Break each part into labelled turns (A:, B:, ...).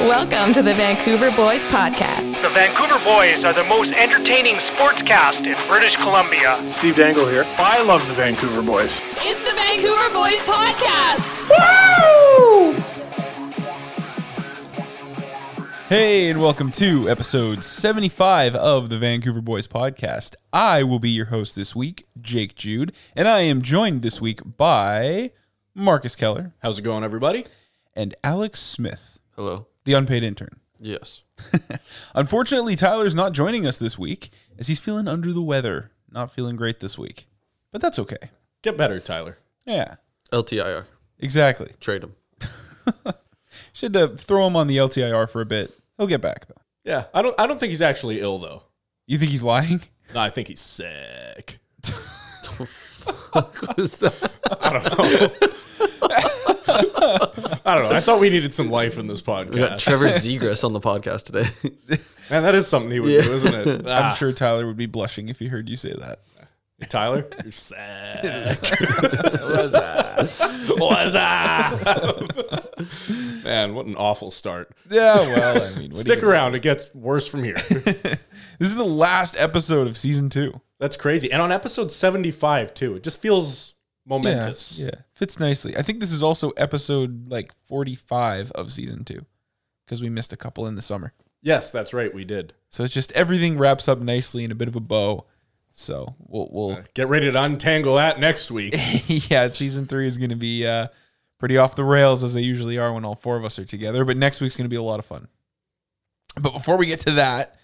A: Welcome to the Vancouver Boys Podcast.
B: The Vancouver Boys are the most entertaining sportscast in British Columbia.
C: Steve Dangle here. I love the Vancouver boys.
A: It's the Vancouver Boys Podcast.
D: Hey, and welcome to episode 75 of the Vancouver Boys Podcast. I will be your host this week, Jake Jude, and I am joined this week by Marcus Keller
E: How's it going, everybody?
D: and Alex Smith,
F: Hello.
D: the unpaid intern.
F: Yes.
D: Unfortunately, Tyler's not joining us this week as he's feeling under the weather, not feeling great this week. But that's okay.
E: Get better, Tyler.
D: Yeah,
F: LTIR.
D: exactly.
F: Trade him.
D: Should uh, throw him on the LTIR for a bit. He'll get back, though.
E: Yeah, I don't. I don't think he's actually ill though.
D: You think he's lying?
E: No, I think he's sick.
F: what is that?
E: I don't know. I don't know. I thought we needed some life in this
F: We got
E: podcast.
F: Trevor Zegras on the podcast today.
E: Man, that is something he would do, isn't it? Ah,
D: I'm sure Tyler would be blushing if he heard you say that.
E: Tyler, you're sick. What's that? What's that? Man, what an awful start.
D: Yeah, well, I mean, what do you
E: Stick around; it gets worse from here.
D: This is the last episode of season two.
E: That's crazy. And on episode seventy-five too, it just feels momentous.
D: Yeah, yeah. Fits nicely. I think this is also episode like 45 of season two because we missed a couple in the summer.
E: Yes, that's right. We did.
D: So it's just everything wraps up nicely in a bit of a bow. So we'll, we'll
E: Get ready to untangle that next week.
D: yeah, season three is going to be uh, pretty off the rails as they usually are when all four of us are together. But next week's going to be a lot of fun. But before we get to that,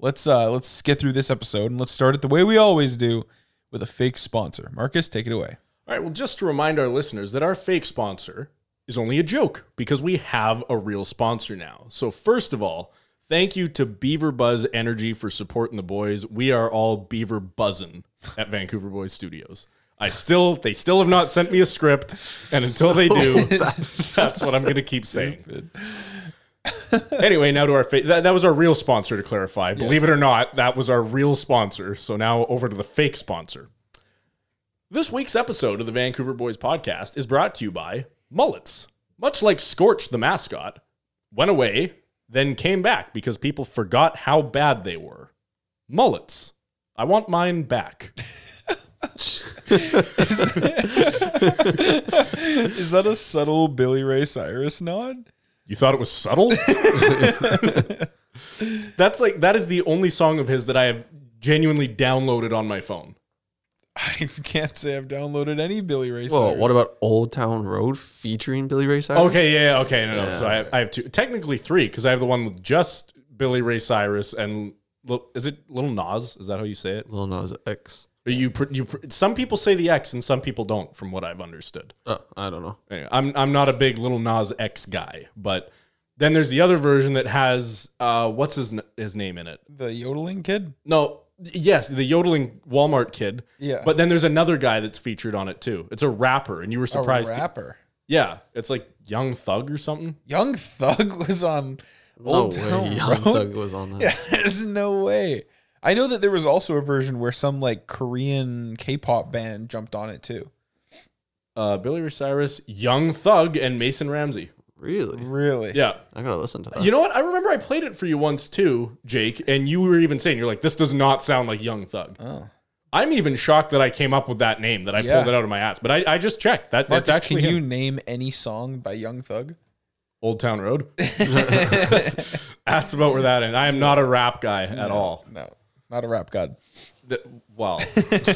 D: let's uh, let's get through this episode and let's start it the way we always do with a fake sponsor. Marcus, take it away.
E: All right. Well, just to remind our listeners that our fake sponsor is only a joke because we have a real sponsor now. So, first of all, thank you to Beaver Buzz Energy for supporting the boys. We are all Beaver buzzing at Vancouver Boys Studios. I still, they still have not sent me a script, and until they do, that's what I'm going to keep saying. anyway, now to our fake. That, that was our real sponsor to clarify. Believe it or not, that was our real sponsor. So now over to the fake sponsor. This week's episode of the Vancouver Boys podcast is brought to you by Mullets. Much like Scorch the mascot, went away, then came back because people forgot how bad they were. Mullets. I want mine back.
D: Is that a subtle Billy Ray Cyrus nod?
E: You thought it was subtle? That's like that is the only song of his that I have genuinely downloaded on my phone.
D: I can't say I've downloaded any Billy Ray Cyrus.
F: Whoa, what about Old Town Road featuring Billy Ray Cyrus?
E: Okay, yeah, yeah, okay, no, no. so I, I have two, technically three, because I have the one with just Billy Ray Cyrus and Lil- is it Little Nas? Is that how you say it?
F: Lil Nas X.
E: But you, pr- you, pr- some people say the X and some people don't, from what I've understood.
F: Oh, I don't know.
E: Anyway, I'm, I'm not a big little Nas X guy, but then there's the other version that has, uh, what's his, n- his name in it?
D: the yodeling kid?
E: No, yes, the yodeling Walmart kid.
D: Yeah.
E: But then there's another guy that's featured on it too. It's a rapper, and you were
D: A
E: surprised. to-
D: rapper.
E: yeah, it's like Young Thug or something.
D: Young Thug was on Old
F: no
D: Town
F: way Young
D: Road.
F: Thug was on that.
D: There's no way. I know that there was also a version where some like Korean K-pop band jumped on it too.
E: Uh, Billy Ray Cyrus, Young Thug, and Mason Ramsey.
F: Really?
D: Really?
E: Yeah.
F: I gotta listen to that.
E: You know what? I remember I played it for you once too, Jake, and you were even saying you're like, this does not sound like Young Thug.
D: Oh.
E: I'm even shocked that I came up with that name that I
D: Yeah.
E: pulled it out of my ass. But I, I just checked. That
D: Marcus,
E: that's actually
D: can you
E: him.
D: name any song by Young Thug?
E: Old Town Road. that's about where that ends. I am not a rap guy at all.
D: No, not a rap god.
E: Th- well,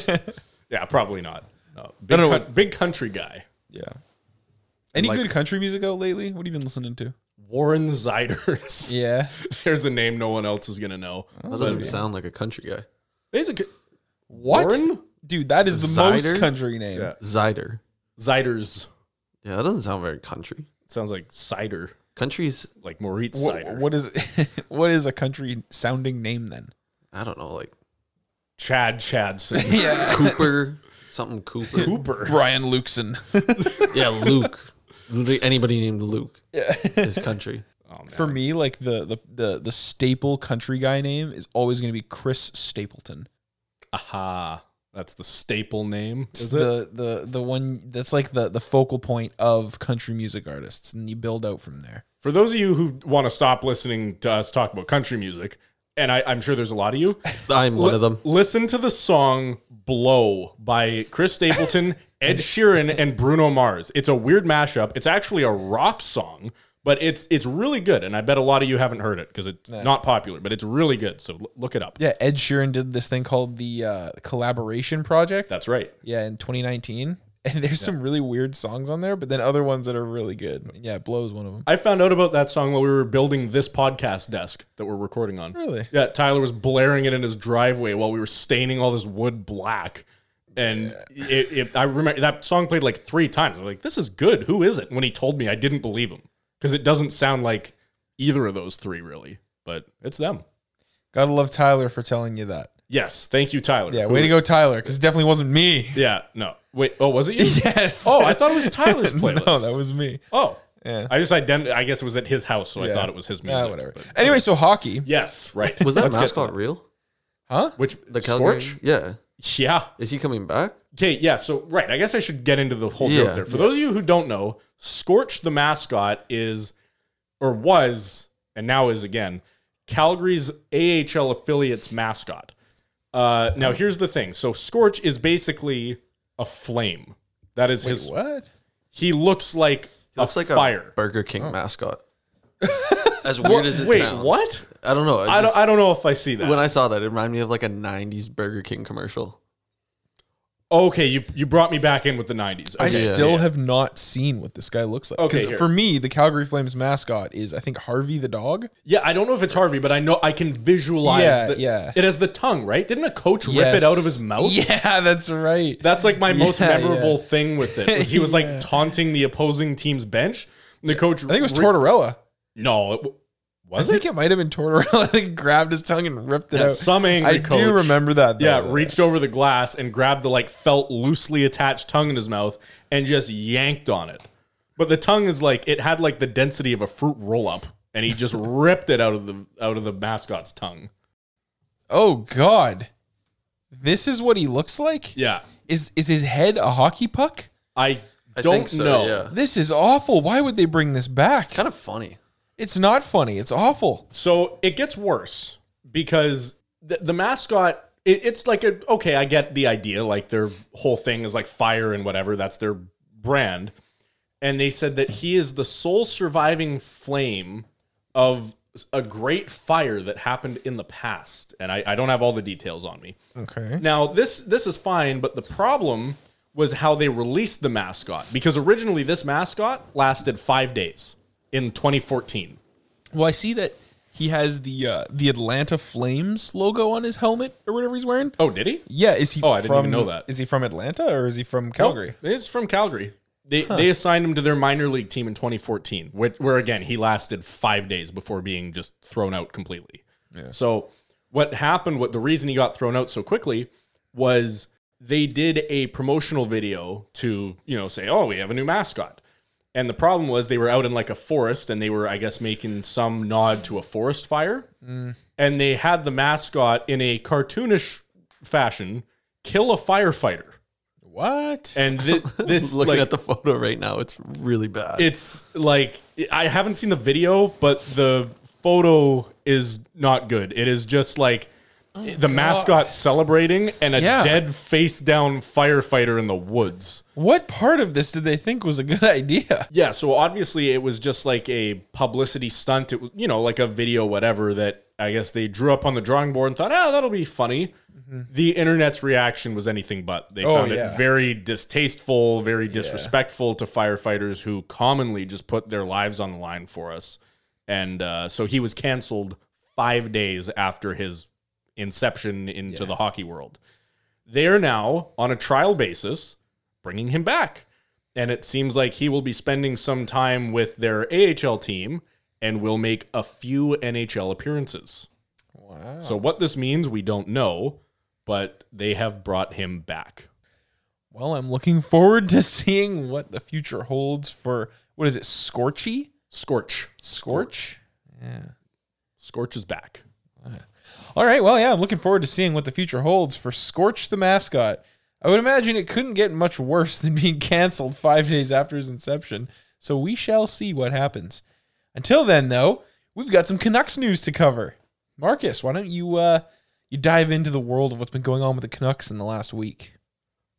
E: yeah, probably not. No, big,
D: no, no.
E: coun- big country guy.
D: Yeah. Any
E: Like-
D: good country music out lately? What have you been listening to?
E: Warren Ziders.
D: Yeah. Oh.
E: There's a name no one else is gonna know.
F: that doesn't sound like a country guy.
E: He's a c-
D: What?
E: Warren
D: Dude, that is the most
F: Zyder?
D: country name.
E: Yeah.
F: Zider.
E: Ziders
F: Yeah, that doesn't sound very country.
E: sounds like cider,
F: Country's,
E: like Moritz
D: Wha-
E: cider.
D: what is what is a country sounding name then?
F: I don't know, like
E: Chad Chadson.
D: Yeah.
F: Cooper, something Cooper.
E: Cooper.
D: Brian Lukeson.
F: Yeah, Luke. Literally anybody named Luke
D: yeah.
F: is country.
D: For me, like the, the the the staple country guy name is always going to be Chris Stapleton.
E: Aha. That's the staple name.
D: It's
E: Is it?
D: the, the the one that's like the the focal point of country music artists, and you build out from there.
E: For those of you who want to stop listening to us talk about country music, and I, I'm sure there's a lot of you,
F: I'm one of them.
E: Listen to the song Blow by Chris Stapleton, Ed Sheeran, and Bruno Mars. It's a weird mashup. It's actually a rock song, but it's it's really good. And I bet a lot of you haven't heard it because it's not popular, but it's really good. So l- look it up.
D: Yeah, Ed Sheeran did this thing called the uh, collaboration project.
E: That's right.
D: yeah, in 2019, and there's some really weird songs on there, but then other ones that are really good. Yeah, blows one of them.
E: I found out about that song while we were building this podcast desk that we're recording on.
D: Really?
E: Yeah, Tyler was blaring it in his driveway while we were staining all this wood black. And it, it, I remember that song played like three times. I was like, this is good. Who is it? When he told me, I didn't believe him because it doesn't sound like either of those three, really, but it's them.
D: Gotta love Tyler for telling you that.
E: Yes. Thank you, Tyler.
D: Yeah, way to go, Tyler, because it definitely wasn't me.
E: Yeah. No. Wait. Oh, was it you?
D: Yes.
E: Oh, I thought it was Tyler's playlist.
D: no, that was me.
E: Oh.
D: Yeah.
E: I just identi- I guess it was at his house, so I
D: Yeah.
E: thought it was his music.
D: Ah, whatever.
E: but-
D: Anyway, so hockey.
E: Yes, right.
F: Was that
E: Let's get to
F: mascot real?
D: Huh?
E: Which
F: The Calgary?
E: Scorch?
F: Yeah.
E: Yeah.
F: Is he coming back?
E: Okay, yeah. So right, I guess I should get into the whole
F: Yeah,
E: joke there. For those of you who don't know, Scorch the mascot is or was and now is again Calgary's AHL affiliate's mascot. Uh, now here's the thing. So Scorch is basically a flame. That is his.
D: What?
E: He looks like
F: He looks
E: a
F: like
E: fire.
F: a Burger King
E: Oh.
F: mascot. as weird as it
E: Wait,
F: sounds.
E: what?
F: I don't know.
E: I don't. I don't know if I see that.
F: when I saw that, it reminded me of like a '90s Burger King commercial.
E: okay, you you brought me back in with the '90s.
D: I
E: Okay.
F: Yeah.
D: still have not seen what this guy looks like.
E: Okay,
D: 'Cause
E: here.
D: for me, the Calgary Flames mascot is I think Harvey the dog.
E: Yeah, I don't know if it's Harvey, but I know I can visualize.
D: Yeah,
E: that
D: yeah.
E: It has the tongue, right? Didn't a coach rip it
D: Yes.
E: out of his mouth?
D: Yeah, that's right.
E: That's like my most
D: Yeah,
E: memorable thing with it. was he was like taunting the opposing team's bench. And the coach.
D: I think it was Tortorella.
E: No, it w- was
D: I
E: it?
D: think it might have been Tortorella that grabbed his tongue and ripped it
E: Yeah,
D: out.
E: some angry
D: I
E: coach.
D: do remember that.
E: yeah,
D: though.
E: reached over the glass and grabbed the like felt loosely attached tongue in his mouth and just yanked on it. But the tongue is like it had like the density of a fruit roll up, and he just ripped it out of the out of the mascot's tongue.
D: Oh God, this is what he looks like.
E: Yeah,
D: Is is his head a hockey puck?
E: I
F: I
E: don't
F: think so.
E: know.
F: Yeah.
D: This is awful. Why would they bring this back?
F: Kind of funny.
D: it's not funny. It's awful.
E: So it gets worse because the, the mascot. It, it's like a okay. I get the idea. Like their whole thing is like fire and whatever. That's their brand. And they said that he is the sole surviving flame of a great fire that happened in the past. And I, I don't have all the details on me.
D: Okay.
E: Now this this is fine, but the problem was how they released the mascot because originally this mascot lasted five days in 2014.
D: Well, I see that he has the uh, the Atlanta Flames logo on his helmet or whatever he's wearing.
E: Oh, did he?
D: Yeah, is he?
E: Oh, I didn't
D: from-
E: even know that.
D: Is he from Atlanta or is he from Calgary?
E: Nope. He's from Calgary. They they assigned him to their minor league team in 2014, where, where again he lasted five days before being just thrown out completely. So what happened? What the reason he got thrown out so quickly was they did a promotional video to you know say, oh, we have a new mascot. And the problem was they were out in like a forest and they were, I guess, making some nod to a forest fire. And they had the mascot in a cartoonish fashion kill a firefighter.
D: What?
E: And thi- this
F: Looking
E: like,
F: at the photo right now, it's really bad.
E: it's like I haven't seen the video, but the photo is not good. It is just like the mascot celebrating and a
D: Oh Yeah.
E: dead face down firefighter in the woods.
D: What part of this did they think was a good idea?
E: Yeah, so obviously it was just like a publicity stunt. It was, you know, like a video, whatever that I guess they drew up on the drawing board and thought, oh, that'll be funny. The internet's reaction was anything but. They
D: Mm-hmm. Oh,
E: found it
D: yeah.
E: very distasteful, very disrespectful to firefighters who commonly just put their lives on the line for us. And uh, so he was canceled five days after his inception into the hockey world. They are now on a trial basis bringing him back. And it seems like he will be spending some time with their AHL team and will make a few NHL appearances.
D: Wow.
E: So, what this means, we don't know, but they have brought him back.
D: Well, I'm looking forward to seeing what the future holds for what is it? Scorchy?
E: Scorch.
D: Scorch? Yeah.
E: Scorch is back.
D: All right. Well, yeah, I'm looking forward to seeing what the future holds for Scorch the mascot. I would imagine it couldn't get much worse than being canceled five days after his inception, so we shall see what happens. Until then, though, we've got some Canucks news to cover. Marcus, why don't you uh, you dive into the world of what's been going on with the Canucks in the last week?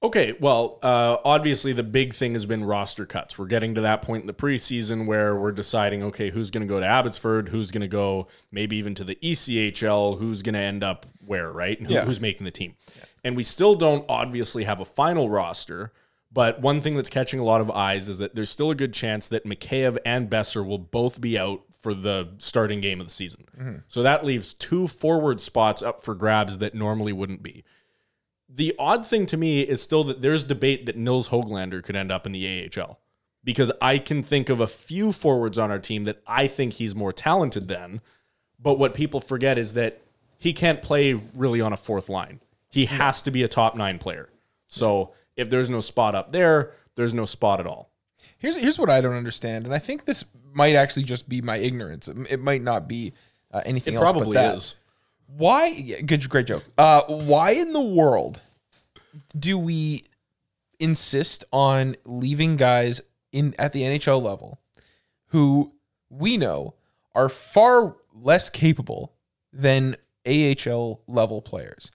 E: Okay, well, uh, obviously the big thing has been roster cuts. We're getting to that point in the preseason where we're deciding, okay, who's going to go to Abbotsford, who's going to go maybe even to the E ECHL, who's going to end up where, right? And who-
D: Yeah.
E: Who's making the team? And we still don't obviously have a final roster, but one thing that's catching a lot of eyes is that there's still a good chance that Mikheyev and Besser will both be out for the starting game of the season.
D: Mm-hmm.
E: So that leaves two forward spots up for grabs that normally wouldn't be the odd thing to me is still that there's debate that Nils Hoglander could end up in the AHL because I can think of a few forwards on our team that I think he's more talented than. But what people forget is that he can't play really on a fourth line. He has to be a top nine player. So if there's no spot up there, there's no spot at all.
D: Here's here's what I don't understand, and I think this might actually just be my ignorance. It, it might not be uh, anything
E: It
D: else.
E: probably
D: but that.
E: is.
D: Why? yeah, Good, great joke. Uh, why in the world do we insist on leaving guys in at the NHL level who we know are far less capable than AHL level players?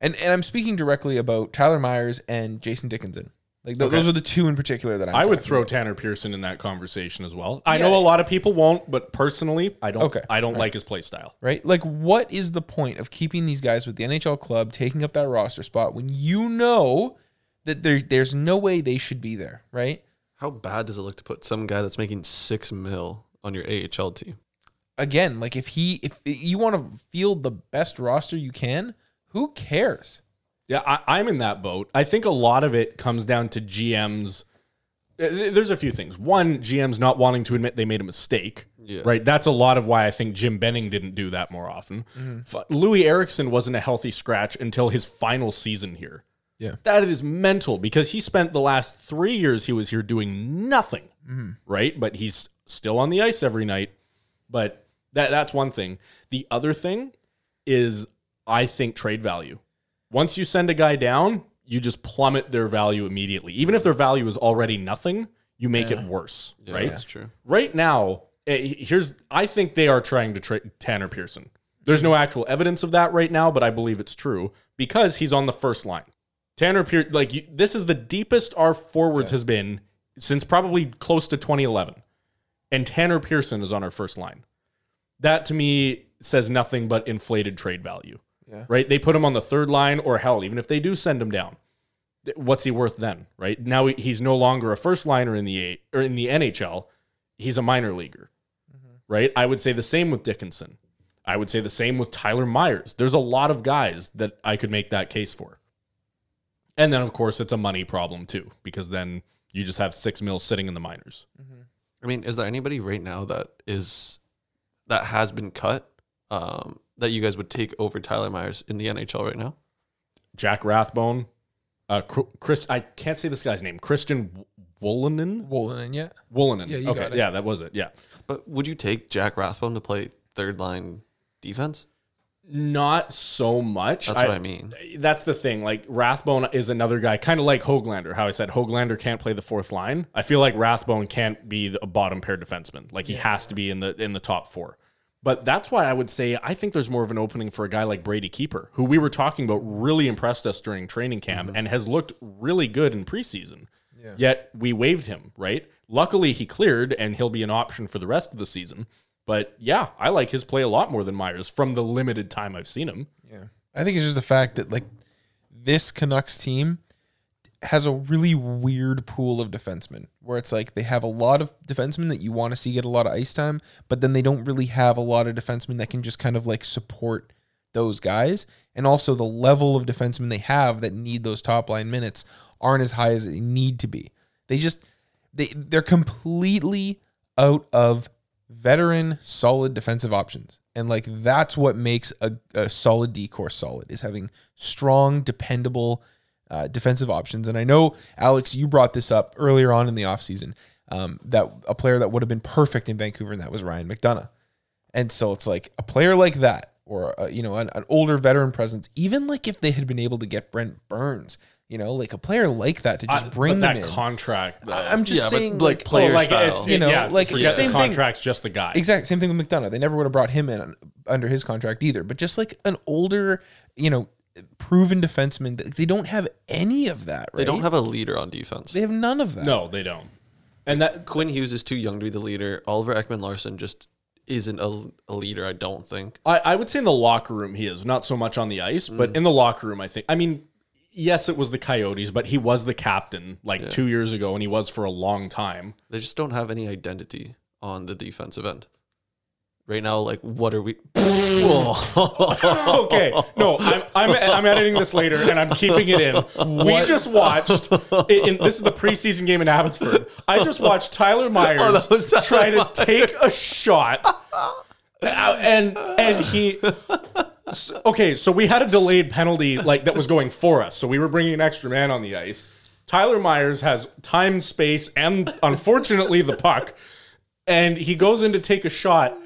D: And and I'm speaking directly about Tyler Myers and Jason Dickinson. Like th- those are the two in particular that I'm
E: I would
D: talking
E: throw
D: about.
E: Tanner Pearson in that conversation as well. I
D: Yeah.
E: know a lot of people won't, but personally, I don't.
D: Okay.
E: I don't like his play style.
D: right? Like, what is the point of keeping these guys with the NHL club, taking up that roster spot when you know that there there's no way they should be there, right?
F: How bad does it look to put some guy that's making six mil on your AHL team?
D: Again, like if he if you want to field the best roster you can, who cares?
E: Yeah, I, I'm in that boat. I think a lot of it comes down to GMs. Uh, th- There's a few things. One, GMs not wanting to admit they made a mistake.
F: Yeah.
E: Right. That's a lot of why I think Jim Benning didn't do that more often. F- Louis Erickson wasn't a healthy scratch until his final season here.
D: Yeah.
E: That is mental because he spent the last three years he was here doing nothing. Right. But he's still on the ice every night. But that that's one thing. The other thing is I think trade value. Once you send a guy down, you just plummet their value immediately. Even if their value is already nothing, you make it worse, right?
F: That's true.
E: Right now, eh, here's I think they are trying to trade Tanner Pearson. There's no actual evidence of that right now, but I believe it's true because he's on the first line. Tanner Pearson, like you, this is the deepest our forwards has been since probably close to 2011, and Tanner Pearson is on our first line that to me says nothing but inflated trade value. Right? They put him on the third line, or hell, even if they do send him down, th- what's he worth then? Right now, he- he's no longer a first liner in the A or in the NHL. He's a minor leaguer.
D: Mm-hmm.
E: Right? I would say the same with Dickinson. I would say the same with Tyler Myers. There's a lot of guys that I could make that case for. And then, of course, it's a money problem too, because then you just have six mil sitting in the minors.
F: I mean, is there anybody right now that is that has been cut um, that you guys would take over Tyler Myers in the NHL right now?
E: Jack Rathbone, uh, Cr- Chris. I can't say this guy's name. Christian Wolinen.
D: Wolin, yeah,
E: Wolinen.
D: Yeah, you
E: okay.
D: got it.
E: Yeah, that was it. Yeah.
F: But would you take Jack Rathbone to play third line defense?
E: Not so much.
F: That's what I mean.
E: That's the thing. Like Rathbone is another guy, kind of like Hoaglander. How I said Hoaglander can't play the fourth line. I feel like Rathbone can't be the- a bottom pair defenseman. Like he has to be in the in the top four. But that's why I would say I think there's more of an opening for a guy like Brady Keeper, who we were talking about really impressed us during training camp and has looked really good in preseason. Yet we waived him, right? Luckily he cleared and he'll be an option for the rest of the season. But yeah, I like his play a lot more than Myers from the limited time I've seen him.
D: yeah. I think it's just the fact that like this Canucks team has a really weird pool of defensemen where it's like they have a lot of defensemen that you want to see get a lot of ice time, but then they don't really have a lot of defensemen that can just kind of like support those guys. And also the level of defensemen they have that need those top line minutes aren't as high as they need to be. They just they they're completely out of veteran solid defensive options. And like that's what makes a, a solid decor solid is having strong, dependable uh, defensive options. And I know, Alex, you brought this up earlier on in the offseason um, that a player that would have been perfect in Vancouver, and that was Ryan McDonough. And so it's like a player like that or uh, you know an, an older veteran presence. Even like if they had been able to get Brent Burns, you know, like a player like that to just
E: I-
D: bring
E: but
D: them
E: that
D: in.
E: contract.
D: I-
E: though.
D: I'm just
F: Yeah, but,
D: saying,
F: like,
D: like
F: play- player style.
E: it's-
D: You know, like,
E: forget
D: same
E: the
D: thing.
E: contract's just the guy.
D: Exact same thing with McDonough. They never would have brought him in under his contract either. But just like an older, you know, proven defenseman, th- they don't have any of that. Right?
F: They don't have a leader on defense.
D: They have none of that.
E: No, they don't. And that
F: Quinn Hughes is too young to be the leader. Oliver Ekman Larson just isn't a, a leader, I don't think.
E: I, I would say in the locker room he is not so much on the ice,
D: Mm.
E: but in the locker room I think. I mean, yes, it was the Coyotes, but he was the captain like two years ago, and he was for a long time.
F: They just don't have any identity on the defensive end. Right now, like, what are we?
E: okay, no, I'm, I'm I'm editing this later, and I'm keeping it in. We just watched. It, in, this is the preseason game in Abbotsford. I just watched Tyler Myers
F: Oh, that was Tyler
E: try to take a shot, Uh, and and he. s- Okay, so we had a delayed penalty like that was going for us, so we were bringing an extra man on the ice. Tyler Myers has time, space, and unfortunately the puck, and he goes in to take a shot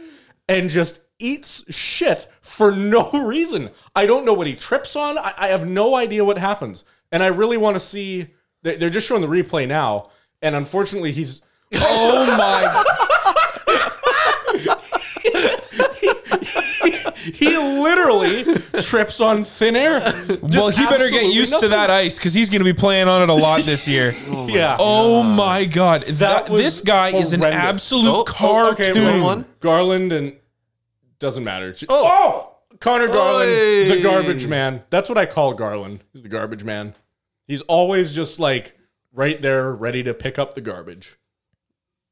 E: and just eats shit for no reason. I don't know what he trips on. I, I have no idea what happens. And I really want to see. They, they're just showing the replay now. And unfortunately, he's. Oh my. he, he literally trips on thin air.
D: well, he better get used to that ice because he's going to be playing on it a lot this year.
E: Yeah.
D: oh my god, that,
E: was
D: this guy is an
E: horrendous.
D: absolute
F: Oh, oh,
D: cartoon.
F: Two and one.
E: Garland and doesn't matter. Oh, Connor Garland,
F: Oy.
E: the garbage man. That's what I call Garland. He's the garbage man. He's always just like right there, ready to pick up the garbage.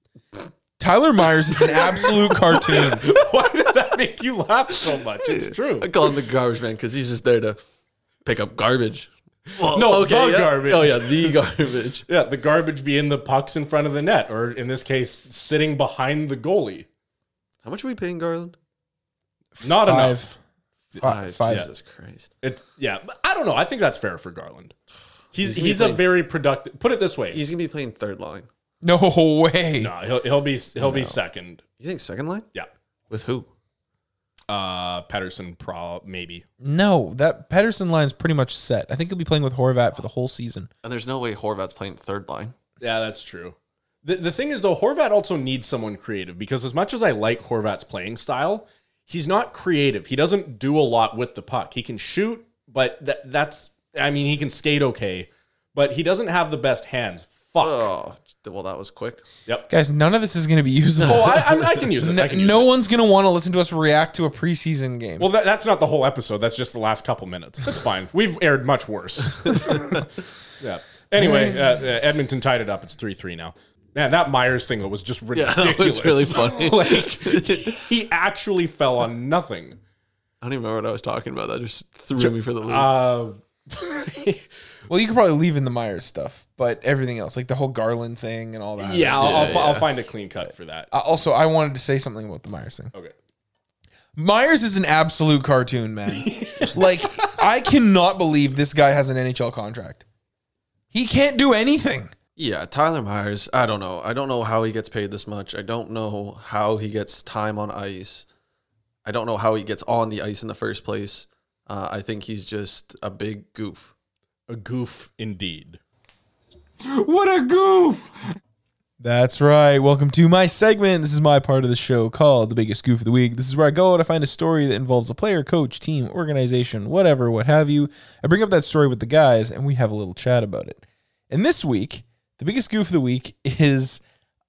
D: Tyler Myers is an absolute cartoon.
E: Why did that make you laugh so much? It's true.
F: I call him the garbage man because he's just there to pick up garbage.
E: No, the
F: yeah.
E: garbage.
F: Oh, yeah, the garbage.
E: Yeah, the garbage being the pucks in front of the net, or in this case, sitting behind the goalie.
F: How much are we paying Garland?
E: Not
D: Five.
E: enough.
D: Five. Five.
F: Jesus Christ.
E: It's yeah, but I don't know. I think that's fair for Garland. He's he's, a very productive. Put it this way.
F: He's going to be playing third line.
D: No way.
E: no, he'll he'll be he'll be second.
F: You think second line?
E: Yeah.
F: With who?
E: Uh, Patterson, pro maybe.
D: No, that Pedersen line's pretty much set. I think he'll be playing with Horvat for the whole season.
F: And there's no way Horvat's playing third line.
E: Yeah, that's true. The, the thing is, though, Horvat also needs someone creative because as much as I like Horvat's playing style, he's not creative. He doesn't do a lot with the puck. He can shoot, but that that's I mean, he can skate okay, but he doesn't have the best hands. Fuck.
F: Oh, well, that was quick.
D: Guys, none of this is going to be usable.
E: Oh, I, I, I can use it. I can use
D: no
E: it.
D: one's going to want to listen to us react to a preseason game.
E: Well, that, that's not the whole episode. That's just the last couple minutes. That's fine. We've aired much worse. yeah. Anyway, uh, uh, Edmonton tied it up. It's three three now. Man, that Myers thing was just
F: Yeah,
E: ridiculous.
F: that was really funny.
E: like he actually fell on nothing.
F: I don't even remember what I was talking about. That just threw me for the loop.
E: Uh,
D: Well, you could probably leave in the Myers stuff, but everything else, like the whole Garland thing and all that.
E: yeah, I'll, I'll, fi- I'll find a clean cut for that.
D: Uh, also, I wanted to say something about the Myers thing.
E: Okay.
D: Myers is an absolute cartoon, man. like, I cannot believe this guy has an NHL contract. He can't do anything.
F: Yeah, Tyler Myers. I don't know. I don't know how he gets paid this much. I don't know how he gets time on ice. I don't know how he gets on the ice in the first place. Uh, I think he's just a big goof.
E: A goof indeed.
D: That's right. Welcome to my segment. This is my part of the show called The Biggest Goof of the Week. This is where I go out, I find a story that involves a player, coach, team, organization, whatever, what have you. I bring up that story with the guys and we have a little chat about it. And this week, The Biggest Goof of the Week is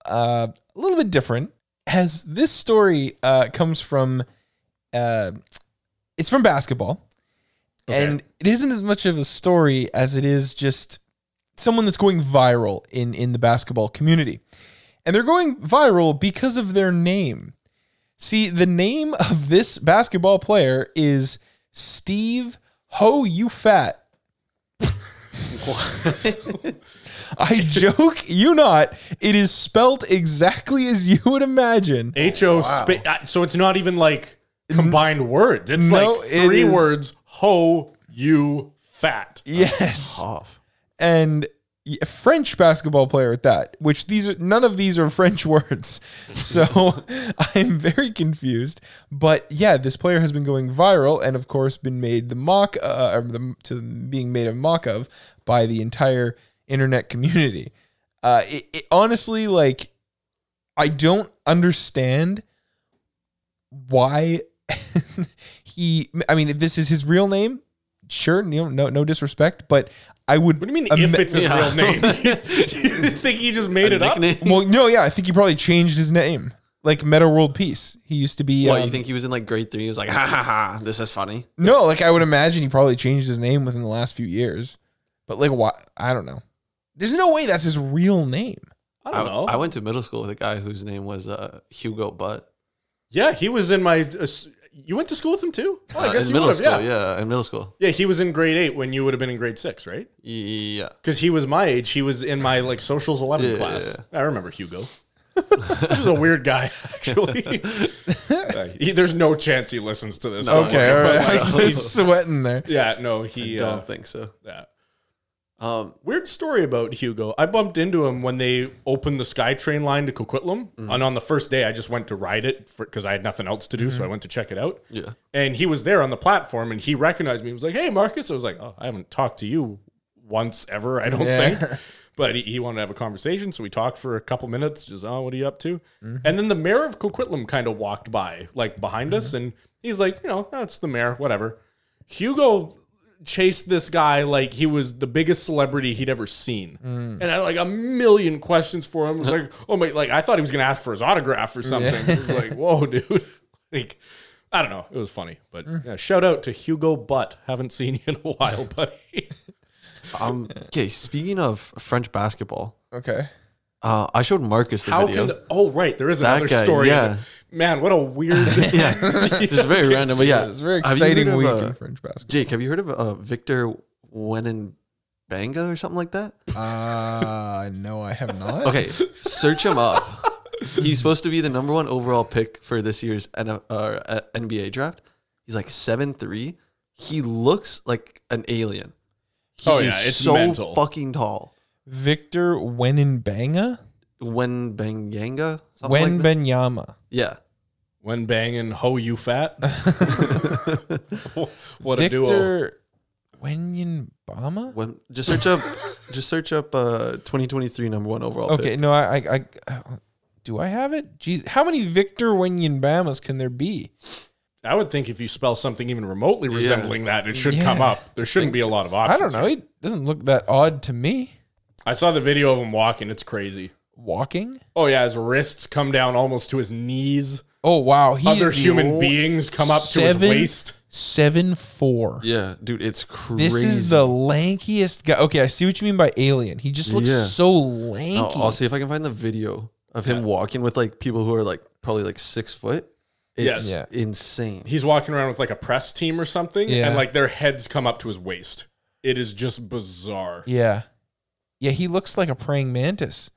D: uh, a little bit different as this story uh, comes from, uh, it's from basketball. And it isn't as much of a story as it is just someone that's going viral in in the basketball community. And they're going viral because of their name. See, the name of this basketball player is Steve Ho You Fat. I joke you not. It is spelt exactly as you would imagine.
E: H
F: Oh,
E: O. spa- uh, so it's not even like combined words. It's
D: No,
E: like
D: it
E: three
D: is- E
E: words. Ho you fat.
D: Yes.
F: Off.
D: And a French basketball player at that, which these are none of these are French words. So I'm very confused. But yeah, this player has been going viral and of course been made the mock uh, or the, to being made a mock of by the entire internet community. Uh, it, it honestly like I don't understand why he. I mean, if this is his real name, sure, no, no, no disrespect, but I would.
E: What do you mean
D: ama-
E: if it's his
F: yeah.
E: real name? you think he just made it up?
F: Nickname?
D: well, no, yeah, I think he probably changed his name, like Meta World Peace. He used to be.
F: What
D: um,
F: you think he was in like grade three? He was like, ha ha ha, this is funny.
D: No, like I would imagine he probably changed his name within the last few years, but like why? I don't know. There's no way that's his real name.
E: I
F: I,
E: don't know.
F: I went to middle school with a guy whose name was uh, Hugo Butt.
E: yeah, he was in my. Uh, s- you went to school with him too? Well,
F: Uh, in middle
E: would've,
F: school, yeah. in middle school.
E: Yeah, he was in grade eight when you would have been in grade six, right?
F: Yeah.
E: Because he was my age. He was in my like socials 11
F: Yeah,
E: class.
F: yeah,
E: I remember Hugo. he was a weird guy, actually. He- there's no chance he listens to this. Don't
D: Okay,
E: look
D: all right.
E: up my-
D: I was just sweating there.
E: yeah, no, he. uh,
F: Don't think so.
E: yeah.
F: Um,
E: Weird story about Hugo. I bumped into him when they opened the SkyTrain line to Coquitlam, and on the first day, I just went to ride it because I had nothing else to do, so I went to check it out.
F: yeah.
E: And he was there on the platform, and he recognized me. He was like, "Hey, Marcus." I was like, "Oh, I haven't talked to you once ever. I don't
D: Yeah.
E: think." But he, he wanted to have a conversation, so we talked for a couple minutes. Just, oh, what are you up to? And then the mayor of Coquitlam kind of walked by, like behind us, and he's like, "You know, that's the mayor, whatever." Hugo chased this guy like he was the biggest celebrity he'd ever seen. And I had like a million questions for him. It was like, oh my, like I thought he was going to ask for his autograph or something. It was like, whoa, dude. like, I don't know. It was funny. But yeah, shout out to Hugo Butt. Haven't seen you in a while, buddy.
F: Um, okay. Speaking of French basketball,
D: Okay.
F: uh, I showed Marcus the
E: How
F: video.
E: can, the, oh, right. There is
F: That
E: another
F: guy,
E: story.
F: yeah.
E: Man, what a weird.
F: yeah, it's very random, but yeah,
D: It's a very
F: Have you heard
D: exciting
F: of,
D: week
F: uh,
D: in French basketball.
F: Jake, have you heard of uh, Victor Wenenbanga or something like that?
D: Uh, no, I have not.
F: Okay, search him up. He's supposed to be the number one overall pick for this year's N- uh, uh, NBA draft. He's like seven three. He looks like an alien. He
E: Oh, yeah,
F: is
E: it's
F: so
E: mental.
F: fucking tall.
D: Victor Wenenbanga?
F: Wenbanyanga, something like that.
D: Wenbenyama.
F: Yeah,
E: when banging, ho, you fat. what a duo.
D: Victor Wenyenbama?
F: when just search up, just search up uh, 2023 number one overall.
D: Okay, no, I, I, I, do I have it? Jeez, how many Victor Wenyenbamas can there be?
E: I would think if you spell something even remotely resembling that, it should
D: Yeah.
E: come up. There shouldn't be a lot of
D: I
E: options.
D: don't know. It doesn't look that odd to me.
E: I saw the video of him walking. It's crazy.
D: Walking?
E: Oh yeah, his wrists come down almost to his knees.
D: Oh wow, he's
E: Other human beings come up to his waist.
D: Seven four.
F: Yeah, dude, it's crazy.
D: This is the lankiest guy. Okay, I see what you mean by alien. He just looks
F: Yeah. Oh,
D: so lanky.
F: I'll, I'll see if I can find the video of him walking with like people who are like probably like six foot. It's
E: Yes.
D: Yeah.
F: insane.
E: He's walking around with like a press team or something,
D: Yeah.
E: and like their heads come up to his waist. It is just bizarre.
D: Yeah. Yeah, he looks like a praying mantis.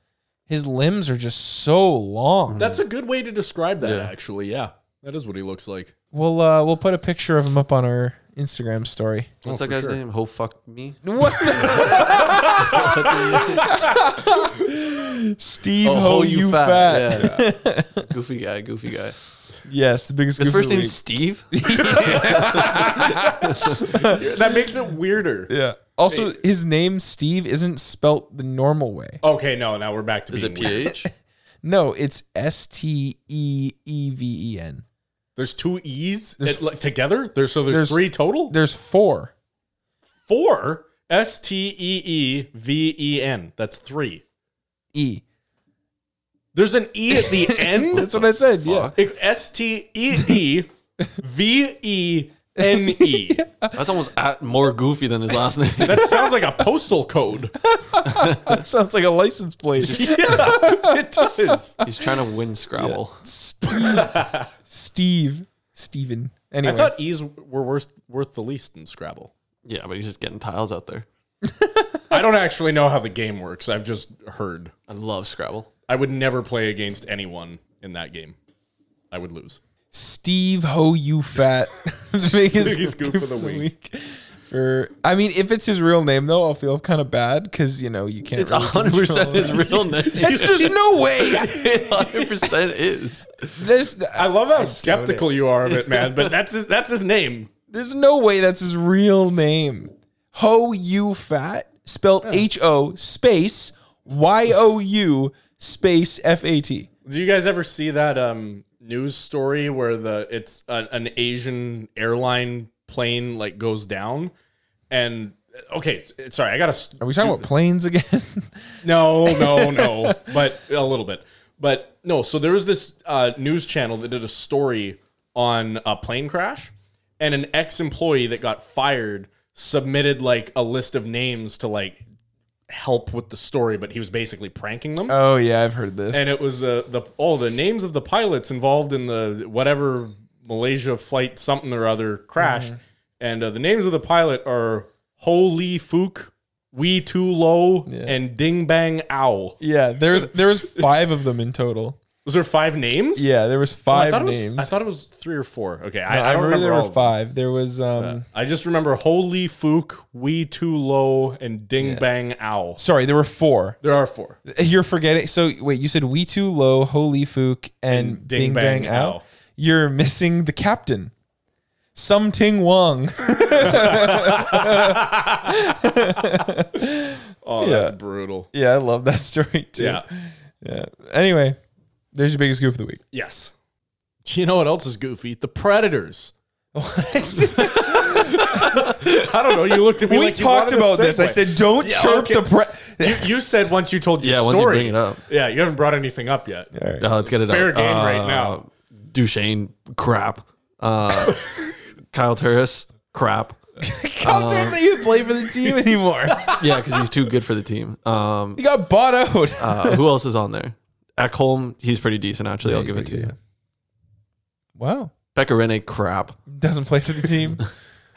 D: His limbs are just so long.
E: That's a good way to describe that,
F: Yeah.
E: actually. Yeah. That is what he looks like.
D: We'll uh we'll put a picture of him up on our Instagram story.
F: What's
E: Oh,
F: that
E: for
F: guy's
E: sure.
F: name? Ho fuck me.
D: What the Steve
F: Oh,
D: Ho,
F: ho,
D: you,
F: you
D: fat.
F: fat. goofy guy, goofy guy.
D: Yes, the biggest
F: His
D: goof of
F: first
D: the
F: name's Steve.
E: That makes it weirder.
D: week. Yeah. Also, his name Steve isn't spelt the normal way.
E: Okay, no, now we're back to
F: Is
E: being
F: it
E: weird.
F: PH?
D: No, it's S T E E V E N.
E: There's two E's
D: There's
E: it, like, together. There's so there's,
D: there's-
E: three total.
D: There's four.
E: four. S T E E V E N. That's three.
D: E.
E: There's an E at the end.
D: That's what I said. Yeah.
F: Fuck.
E: S T E E V E N E.
F: That's almost at more goofy than his last name.
E: That sounds like a postal code.
D: That sounds like a license plate.
E: Yeah, it does.
F: He's trying to win Scrabble.
D: Steve. Steven.
E: I
D: Anyway.
E: thought E's were worth worth the least in Scrabble.
F: Yeah. but he's just getting tiles out there.
E: I don't actually know how the game works. I've just heard.
F: I love Scrabble.
E: I would never play against anyone in that game. I would lose.
D: Steve Ho, you fat. biggest
E: Biggest goof of the week.
D: For I mean, if it's his real name though, I'll feel kind of bad because you know you can't.
F: It's
D: really
F: hundred percent
D: control
F: his
D: it.
F: real name.
D: It's just no way.
F: hundred percent is.
D: There's
E: I love how skeptical you are of it, man. But that's his, that's his name.
D: there's no way that's his real name. Ho you fat spelled H O space Y O U space F A T.
E: Do you guys ever see that um, news story where the it's a, an Asian airline plane like goes down and okay, s- eh, sorry, I gotta.
D: Are we talking about planes again?
E: No, no, no. but a little bit. But no, so there was this uh, news channel that did a story on a plane crash, and an ex employee that got fired submitted like a list of names to like help with the story, but he was basically pranking them.
D: oh yeah, I've heard this.
E: and it was the the oh the names of the pilots involved in the whatever Malaysia flight something or other crash,
D: Mm-hmm.
E: and uh, the names of the pilot are Holy Fook, We Too Low, and Ding Bang Owl.
D: yeah, there's there was five of them in total.
E: Was there five names? Oh,
D: Yeah, there was
E: I
D: five
E: thought it was,
D: names.
E: I thought it was three or four. Okay,
D: No,
E: I, I
D: remember
E: don't remember
D: there
E: all
D: were
E: of them.
D: five. There was um
E: I just remember Holy Fook, We Too Low, and Ding Bang Owl.
D: sorry, there were four.
E: There are four.
D: You're forgetting. So wait, you said we too low, holy fook, and,
E: And
D: ding, bang, out. You're missing the captain, some Ting Wong.
E: Oh,
D: Yeah.
E: that's brutal.
D: yeah, I love that story too.
E: Yeah.
D: yeah. Anyway, there's your biggest goof of the week.
E: Yes. You know what else is goofy? The Predators. I don't know. You looked at me.
D: we
E: like you
D: talked
E: wanted a
D: about this. I
E: segue.
D: said, don't
E: Yeah,
D: chirp
E: okay.
D: the pre.
E: you, you said once you told your
F: Yeah,
E: story.
F: once you bring it up.
E: Yeah, you haven't brought anything up yet.
D: All right.
F: Uh, let's get it
E: Fair
F: out.
E: game
F: Uh,
E: right now.
F: Duchesne, crap. Uh, Kyle Turris, crap.
D: Kyle Turner doesn't even play for the team anymore.
F: Yeah, because he's too good for the team. Um,
D: he got bought out.
F: uh, who else is on there? Ekholm, he's pretty decent actually. I'll give it to you.
D: Wow.
F: Becca Rene, crap.
D: Doesn't play for the team.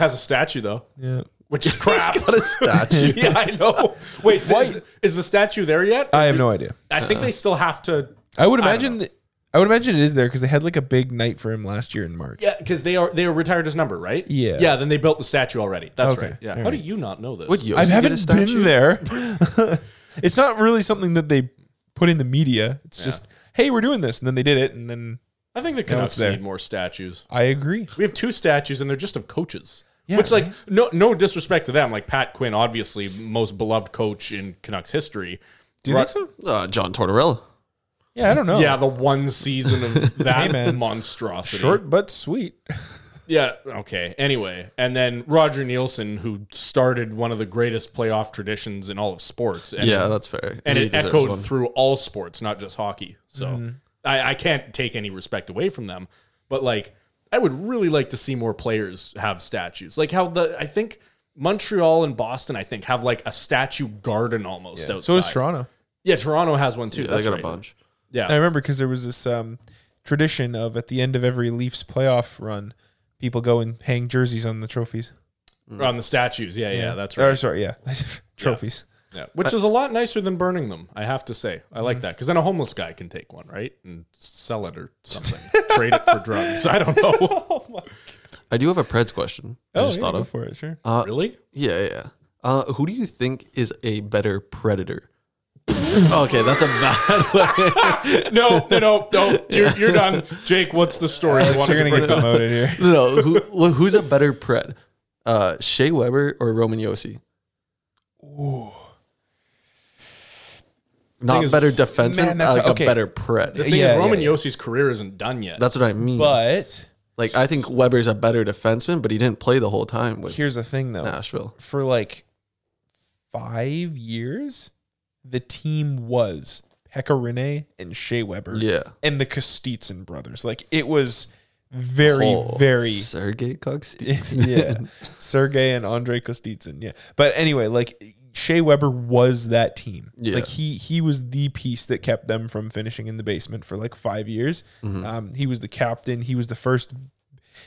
E: Has a statue though,
D: yeah.
E: which is crap.
F: What a statue.
E: yeah, I know. Wait,
D: Why-
E: is, is the statue there yet?
D: I have no idea.
E: I think they still have to.
D: I would
E: don't
D: imagine.
E: know.
D: that I would imagine it is there because they had like a big night for him last year in March.
E: Yeah, because they are they are retired his number, right?
D: Yeah.
E: Yeah. Then they built the statue already. That's
D: Okay,
E: right. Yeah.
D: all
E: How do you not know this?
F: Would Yossi
D: I
F: get a
D: haven't
F: statue?
D: been there. it's not really something that they put in the media. It's just, hey, we're doing this, and then they did it, and then
E: I think the
D: No, it's
E: Canucks
D: there.
E: need more statues.
D: I agree.
E: We have two statues, and they're just of coaches.
D: Yeah,
E: Which, like, no, no disrespect to them. Like Pat Quinn, obviously most beloved coach in Canucks history.
D: Do you
E: Right-
D: think so?
F: Uh, John Tortorella.
D: Yeah, I don't
F: Oh.
D: know.
E: Yeah, the one season of that
D: man.
E: monstrosity.
D: short but sweet.
E: Yeah. Okay. Anyway, and then Roger Nielsen, who started one of the greatest playoff traditions in all of sports. And,
F: Yeah, that's fair.
E: and
F: He
E: it
F: deserves
E: echoed
F: one. Mm-hmm.
E: through all sports, not just hockey. So I, I can't take any respect away from them, but like I would really like to see more players have statues, like how the I think Montreal and Boston, I think have like a statue garden almost outside.
D: So is Toronto.
E: Yeah, Toronto has one too.
F: Yeah, they
E: That's
F: got
E: right.
F: a bunch.
E: Yeah,
D: I remember because there was this um, tradition of at the end of every Leafs playoff run, people go and hang jerseys on the trophies.
F: mm.
E: on the statues. Yeah, yeah, that's
D: Or
E: right.
D: sorry, yeah, trophies.
E: Yeah. Which is a lot nicer than burning them, I have to say. I
D: Mm-hmm.
E: like that because then a homeless guy can take one, right, and sell it or something, trade it for drugs. I don't know.
F: I do have a Preds question. I
D: Oh,
F: just
D: yeah,
F: thought
D: go
F: of.
D: for it. Sure.
E: really?
F: Yeah, yeah. yeah. Uh, who do you think is a better predator? okay, that's a bad way.
E: No, no, no, no. You're, you're done. Jake, what's the story you want
D: You're
E: to
D: gonna get
E: bring up?
D: demoted here.
F: No, no. Who, wh- who's a better pred? Uh, Shea Weber or Roman Yossi? Not
E: is-
F: better defenseman,
D: Man, that's
F: like
D: okay.
F: a better pred.
D: Yeah,
E: Thing is,
D: yeah,
E: Roman
D: yeah.
E: Yossi's career isn't done yet.
F: That's what I mean.
D: But
F: like, I think Weber's a better defenseman, but he didn't play the whole time with
D: here's the thing, though.
F: Nashville.
D: for like five years, the team was Pekka Rinne and Shea Weber.
F: Yeah.
D: And the Kostitsin brothers. Like it was very,
F: Oh,
D: very
F: Sergey Kogstin.
D: yeah. Sergey and Andre Kostitsin. Yeah. But anyway, like Shea Weber was that team.
F: Yeah.
D: Like he he was the piece that kept them from finishing in the basement for like five years. Um, he was the captain. He was the first,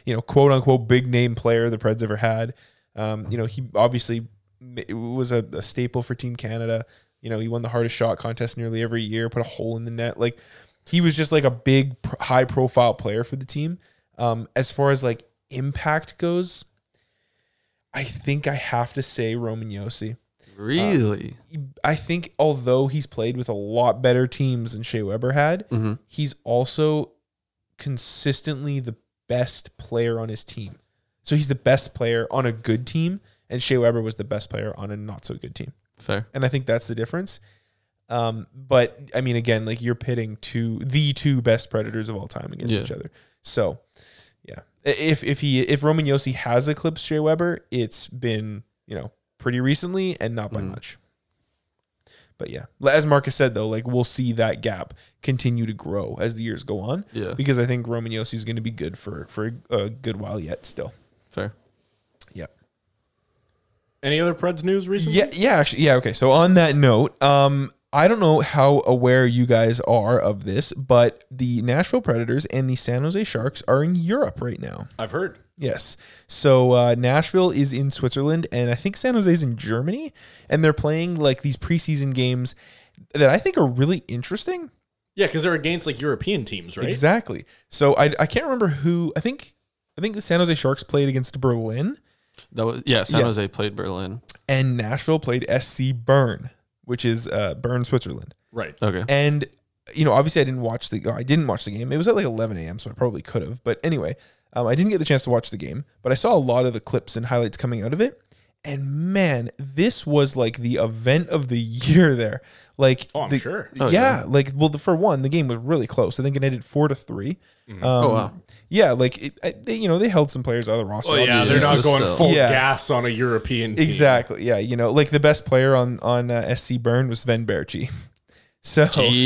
D: you know, quote unquote big name player the Preds ever had. Um, you know, he obviously ma- was a, a staple for Team Canada. You know, he won the hardest shot contest nearly every year, put a hole in the net. Like he was just like a big, pro- high profile player for the team. Um, as far as like impact goes, I think I have to say Roman Yossi.
F: Really?
D: I think although he's played with a lot better teams than Shea Weber had,
F: Mhm.
D: he's also consistently the best player on his team. So he's the best player on a good team, and Shea Weber was the best player on a not so good team.
F: Fair.
D: And I think that's the difference. Um, but I mean, again, like you're pitting two the two best predators of all time against
F: Yeah.
D: each other. So yeah, I- if if he if Roman Yossi has eclipsed Shea Weber, it's been you know pretty recently and not
F: Mm.
D: by much. But yeah, l- as Marcus said though, like we'll see that gap continue to grow as the years go on.
F: Yeah.
D: because I think Roman Yossi is going to be good for for a good while yet. Still,
F: Fair.
D: yep.
E: Any other Preds news recently?
D: Yeah, yeah, actually, yeah. Okay, so on that note, um, I don't know how aware you guys are of this, but the Nashville Predators and the San Jose Sharks are in Europe right now.
E: I've heard.
D: Yes, so uh, Nashville is in Switzerland, and I think San Jose is in Germany, and they're playing like these preseason games that I think are really interesting.
E: Yeah, because they're against like European teams, right?
D: Exactly. So I I can't remember who I think I think the San Jose Sharks played against Berlin,
F: That was yeah. San
D: Yeah.
F: Jose played Berlin.
D: and Nashville played SC Bern, which is uh, Bern, Switzerland.
E: Right.
F: Okay.
D: And you know, obviously, I didn't watch the. oh, I didn't watch the game. It was at like 11 a.m., so I probably could have. But anyway, um, I didn't get the chance to watch the game, but I saw a lot of the clips and highlights coming out of it. And man, this was like the event of the year there. Like,
E: Oh, I'm
D: the-
E: sure.
F: Oh,
D: yeah, like well, the, for one, the game was really close. I think it ended four to three.
E: Mm-hmm.
D: Um,
F: Oh wow.
D: Yeah, like it, I- they, you know, they held some players out of the roster.
E: Oh yeah,
D: obviously.
E: they're
F: this
E: not
F: is
E: going
F: still-
E: full
D: Yeah.
E: gas on a European team.
D: Exactly. Yeah, you know, like the best player on on uh, SC Bern was Sven Berchi. So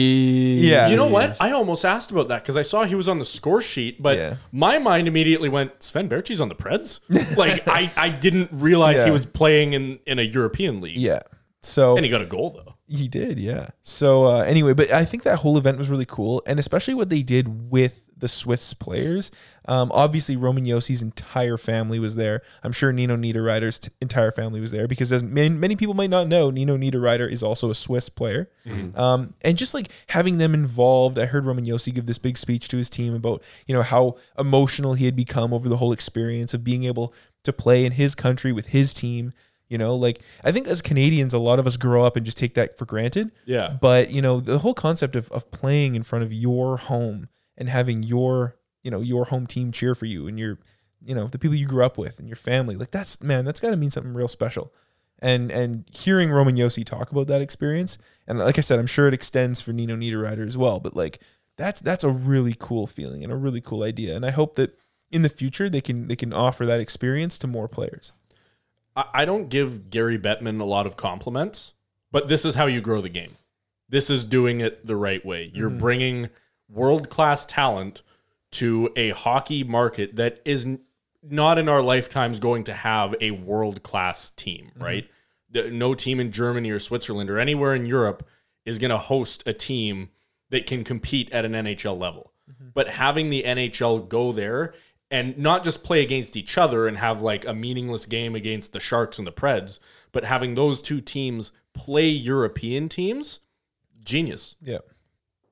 F: Yeah.
E: You know what? I almost asked about that because I saw he was on the score sheet, but
D: Yeah.
E: my mind immediately went, Sven Berchi's on the Preds? like, I, I didn't realize
D: Yeah.
E: he was playing in, in a European league.
D: yeah. So
E: And he got a goal, though.
D: He did, yeah. So uh, anyway, but I think that whole event was really cool, and especially what they did with the Swiss players. Um, obviously, Roman Yossi's entire family was there. I'm sure Nino Niederreiter's t- entire family was there because, as man, many people might not know, Nino Niederreiter is also a Swiss player. Um, and just like having them involved, I heard Roman Yossi give this big speech to his team about you know how emotional he had become over the whole experience of being able to play in his country with his team. You know, like I think as Canadians, a lot of us grow up and just take that for granted.
E: Yeah.
D: But you know, the whole concept of of playing in front of your home and having your you know your home team cheer for you and your you know the people you grew up with and your family, like that's man, that's got to mean something real special. And and hearing Roman Yossi talk about that experience, and like I said, I'm sure it extends for Nino Niederreiter as well. But like that's that's a really cool feeling and a really cool idea. And I hope that in the future they can they can offer that experience to more players.
E: I, I don't give Gary Bettman a lot of compliments, but this is how you grow the game. This is doing it the right way. You're
D: Mm-hmm.
E: bringing world class talent to a hockey market that is n- not in our lifetimes going to have a world class team,
D: Mm-hmm.
E: right? The- No team in Germany or Switzerland or anywhere in Europe is going to host a team that can compete at an NHL level. But having the NHL go there and not just play against each other and have like a meaningless game against the Sharks and the Preds, but having those two teams play European teams, genius.
D: Yeah.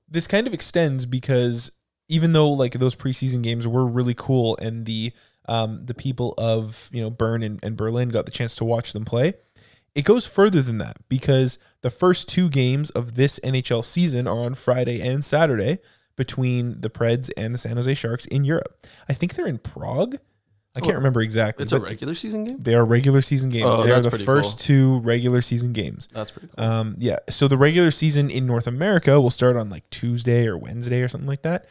D: This kind of extends because even though like those preseason games were really cool and the um the people of, you know, Bern and, and Berlin got the chance to watch them play, it goes further than that because the first two games of this NHL season are on Friday and Saturday between the Preds and the San Jose Sharks in Europe. I think they're in Prague. I can't remember exactly.
F: Oh, It's a
D: but
F: regular season game.
D: they are regular season games.
F: Oh,
D: they are
F: that's
D: the
F: pretty
D: first
F: cool.
D: two regular season games.
F: That's pretty cool.
D: Um, yeah. So the regular season in North America will start on like Tuesday or Wednesday or something like that.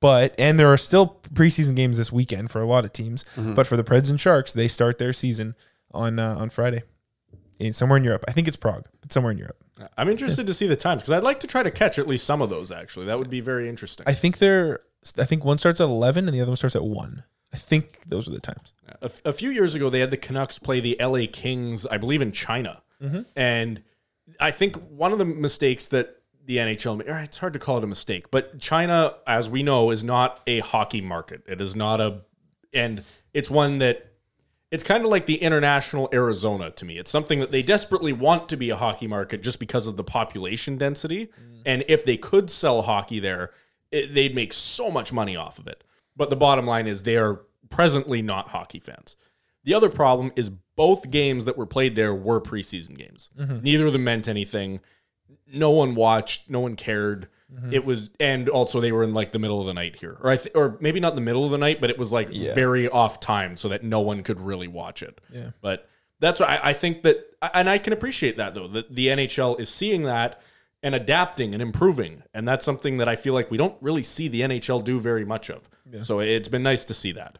D: But and there are still preseason games this weekend for a lot of teams. But for the Preds and Sharks, they start their season on uh, on Friday, in somewhere in Europe. I think it's Prague, but somewhere in Europe.
E: I'm interested to see the times because I'd like to try to catch at least some of those actually. That would be very interesting.
D: I think they're. I think one starts at eleven and the other one starts at one. I think those are the times.
E: A f- a few years ago, they had the Canucks play the LA Kings, I believe, in China. And I think one of the mistakes that the NHL, ma- or it's hard to call it a mistake, but China, as we know, is not a hockey market. It is not a, and it's one that it's kind of like the international Arizona to me. It's something that they desperately want to be a hockey market just because of the population density. And if they could sell hockey there, it, they'd make so much money off of it. But the bottom line is they are presently not hockey fans. The other problem is both games that were played there were preseason games. Neither of them meant anything. No one watched. No one cared. It was, and also they were in like the middle of the night here, or I th- or maybe not the middle of the night, but it was like very off time so that no one could really watch it. Yeah. But that's why I, I think that, and I can appreciate that though that the NHL is seeing that and adapting and improving, and that's something that I feel like we don't really see the NHL do very much of. So it's been nice to see that.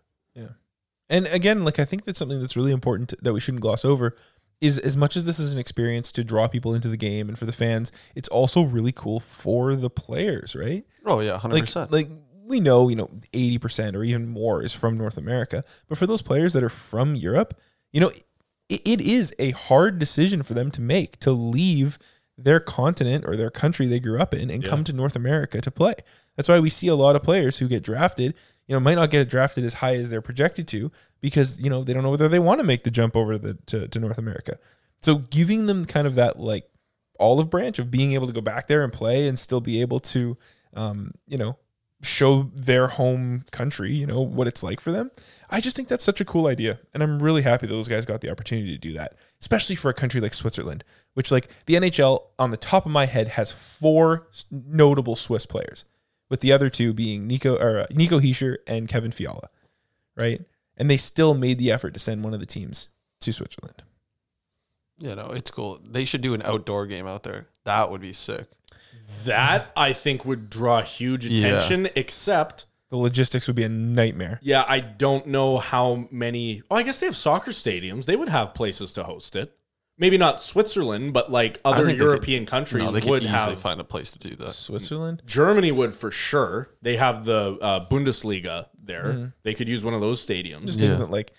D: And again, like I think that's something that's really important that we shouldn't gloss over is as much as this is an experience to draw people into the game and for the fans, it's also really cool for the players, right?
F: Oh yeah, hundred
D: Like
F: percent.
D: like we know, you know, 80% or even more is from North America, but for those players that are from Europe, you know, it, it is a hard decision for them to make to leave their continent or their country they grew up in and come to North America to play. That's why we see a lot of players who get drafted, you know, might not get drafted as high as they're projected to because, you know, they don't know whether they want to make the jump over the, to, to North America. So giving them kind of that like olive branch of being able to go back there and play and still be able to, um, you know, show their home country, you know, what it's like for them. I just think that's such a cool idea. And I'm really happy that those guys got the opportunity to do that, especially for a country like Switzerland, which, like, the NHL on the top of my head has four s- notable Swiss players, with the other two being Nico or uh, Nico Heischer and Kevin Fiala, right? And they still made the effort to send one of the teams to Switzerland.
F: You know, it's cool. They should do an outdoor game out there. That would be sick.
E: That I think would draw huge
F: Yeah.
E: attention. Except,
D: The logistics would be a nightmare.
E: yeah, I don't know how many. Well, I guess they have soccer stadiums. They would have places to host it. Maybe not Switzerland, but like other
F: think they could-
E: European countries
F: No, they could
E: would
F: easily
E: have.
F: find a place to do that.
D: Switzerland?
E: Germany would for sure. They have the uh, Bundesliga there.
F: Mm-hmm.
E: They could use one of those stadiums.
D: Just
F: Yeah.
D: thinking that, like,